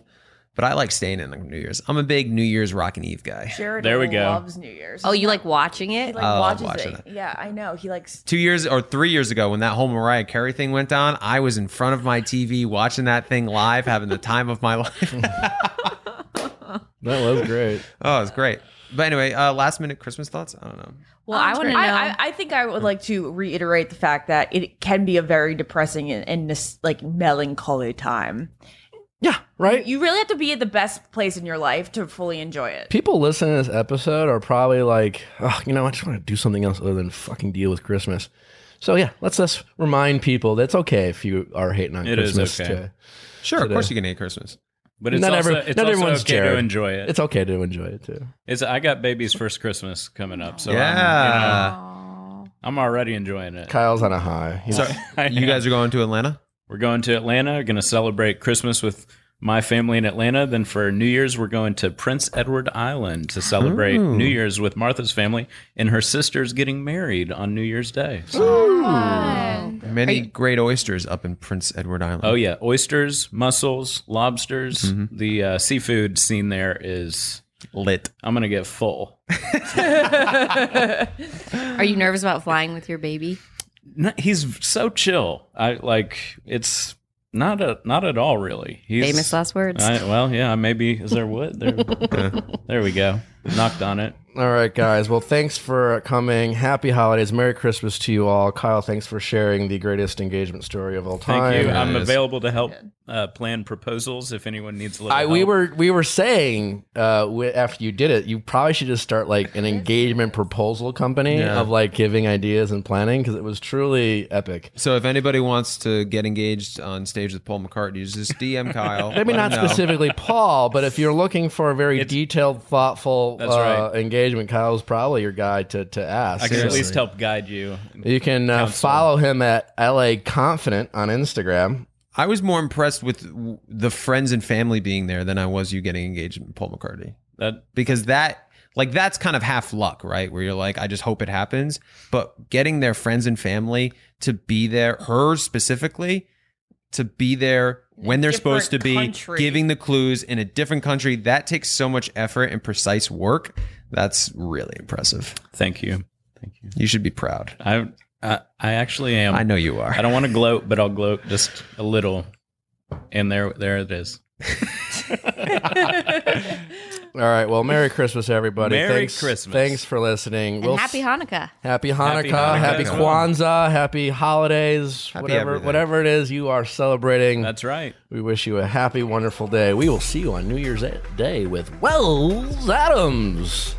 S3: But I like staying in on New Year's. I'm a big New Year's rockin' Eve guy.
S5: Jared
S4: There we go.
S5: Loves New Year's.
S2: Oh, you like watching
S5: He
S2: it?
S1: Oh,
S5: like
S3: I love
S5: watches
S3: watching
S5: it. Yeah, I know. He likes.
S3: two years or three years ago when that whole Mariah Carey thing went down, I was in front of my TV watching that thing live, having the time of my life.
S1: That was great.
S3: oh, it's great. But anyway, uh, last minute Christmas thoughts. I don't know.
S2: Well, I want to know.
S5: I, I think I would like to reiterate the fact that it can be a very depressing and, and this, like melancholy time.
S1: Yeah. Right.
S5: You really have to be at the best place in your life to fully enjoy it.
S1: People listening to this episode are probably like, oh, you know, I just want to do something else other than fucking deal with Christmas. So yeah, let's just remind people that it's okay if you are hating on
S4: It is
S1: Christmas.
S4: okay.
S1: too.
S3: Sure, of course you can hate Christmas.
S4: but it's
S1: Not
S4: also,
S1: every-
S4: it's
S1: not
S4: also
S1: everyone's
S4: okay
S1: Jared.
S4: to enjoy it.
S1: It's okay to enjoy it too.
S4: It's, I got baby's first Christmas coming up,
S3: um,
S4: so I'm, you know,
S3: yeah.
S4: I'm already enjoying it.
S1: Kyle's on a high. He's-
S4: I
S3: you
S4: am.
S3: guys are going to Atlanta?
S4: We're going to Atlanta. Going to celebrate Christmas with my family in Atlanta. Then for New Year's, we're going to Prince Edward Island to celebrate New Year's with Martha's family and her sister's getting married on New Year's Day. So-
S3: Many great oysters up in Prince Edward Island.
S4: oh yeah, oysters, mussels, lobsters. The uh, seafood scene there is.
S3: lit.
S4: I'm gonna get full.
S2: Are you nervous about flying with your baby?
S4: No, he's so chill. I like it's not a not at all really. He's,
S2: Famous last words.
S4: I, well, yeah, maybe is there wood there? there we go. Knocked on it.
S1: All right, guys. Well, thanks for coming. Happy holidays. Merry Christmas to you all. Kyle, thanks for sharing the greatest engagement story of all
S4: Thank
S1: time.
S4: you. I'm
S3: Nice.
S4: available to help uh, plan proposals if anyone needs a little.
S1: I, we
S4: help.
S1: were we were saying uh, wi- after you did it, you probably should just start like an engagement proposal company
S3: Yeah.
S1: of like giving ideas and planning because it was truly epic.
S3: So if anybody wants to get engaged on stage with Paul McCartney, just DM Kyle.
S1: Maybe
S3: Let
S1: not
S3: him know.
S1: specifically Paul, but if you're looking for a very detailed, thoughtful
S4: That's
S1: uh,
S4: right.
S1: engagement, Kyle's probably your guy to, to ask.
S4: I can at
S1: Seriously.
S4: least help guide you.
S1: You can uh,
S4: Counsel.
S1: follow him at LA Confident on Instagram.
S3: I was more impressed with w- the friends and family being there than I was you getting engaged in Paul McCartney
S4: That
S3: because that like that's kind of half luck, right? Where you're like, I just hope it happens. But getting their friends and family to be there, her specifically, to be there when they're
S5: different
S3: supposed to be,
S5: country.
S3: giving the clues in a different country, that takes so much effort and precise work. That's really impressive.
S4: thank you, thank you.
S3: You should be proud.
S4: I I, I actually am.
S3: I know you
S4: I
S3: are.
S4: don't want to gloat, but I'll gloat just a little. And there there it is.
S1: All right. Well, Merry Christmas, everybody.
S4: Merry
S1: thanks,
S4: Christmas.
S1: Thanks for listening.
S2: And
S1: We'll
S2: happy
S1: s-
S2: Hanukkah.
S1: happy Hanukkah,
S4: Hanukkah
S1: happy
S4: as well.
S1: Kwanzaa, happy holidays,
S3: Happy
S1: whatever
S3: everything.
S1: whatever it is you are celebrating.
S4: That's right.
S1: we wish you a happy, wonderful day. We will see you on New Year's Day with Wells Adams.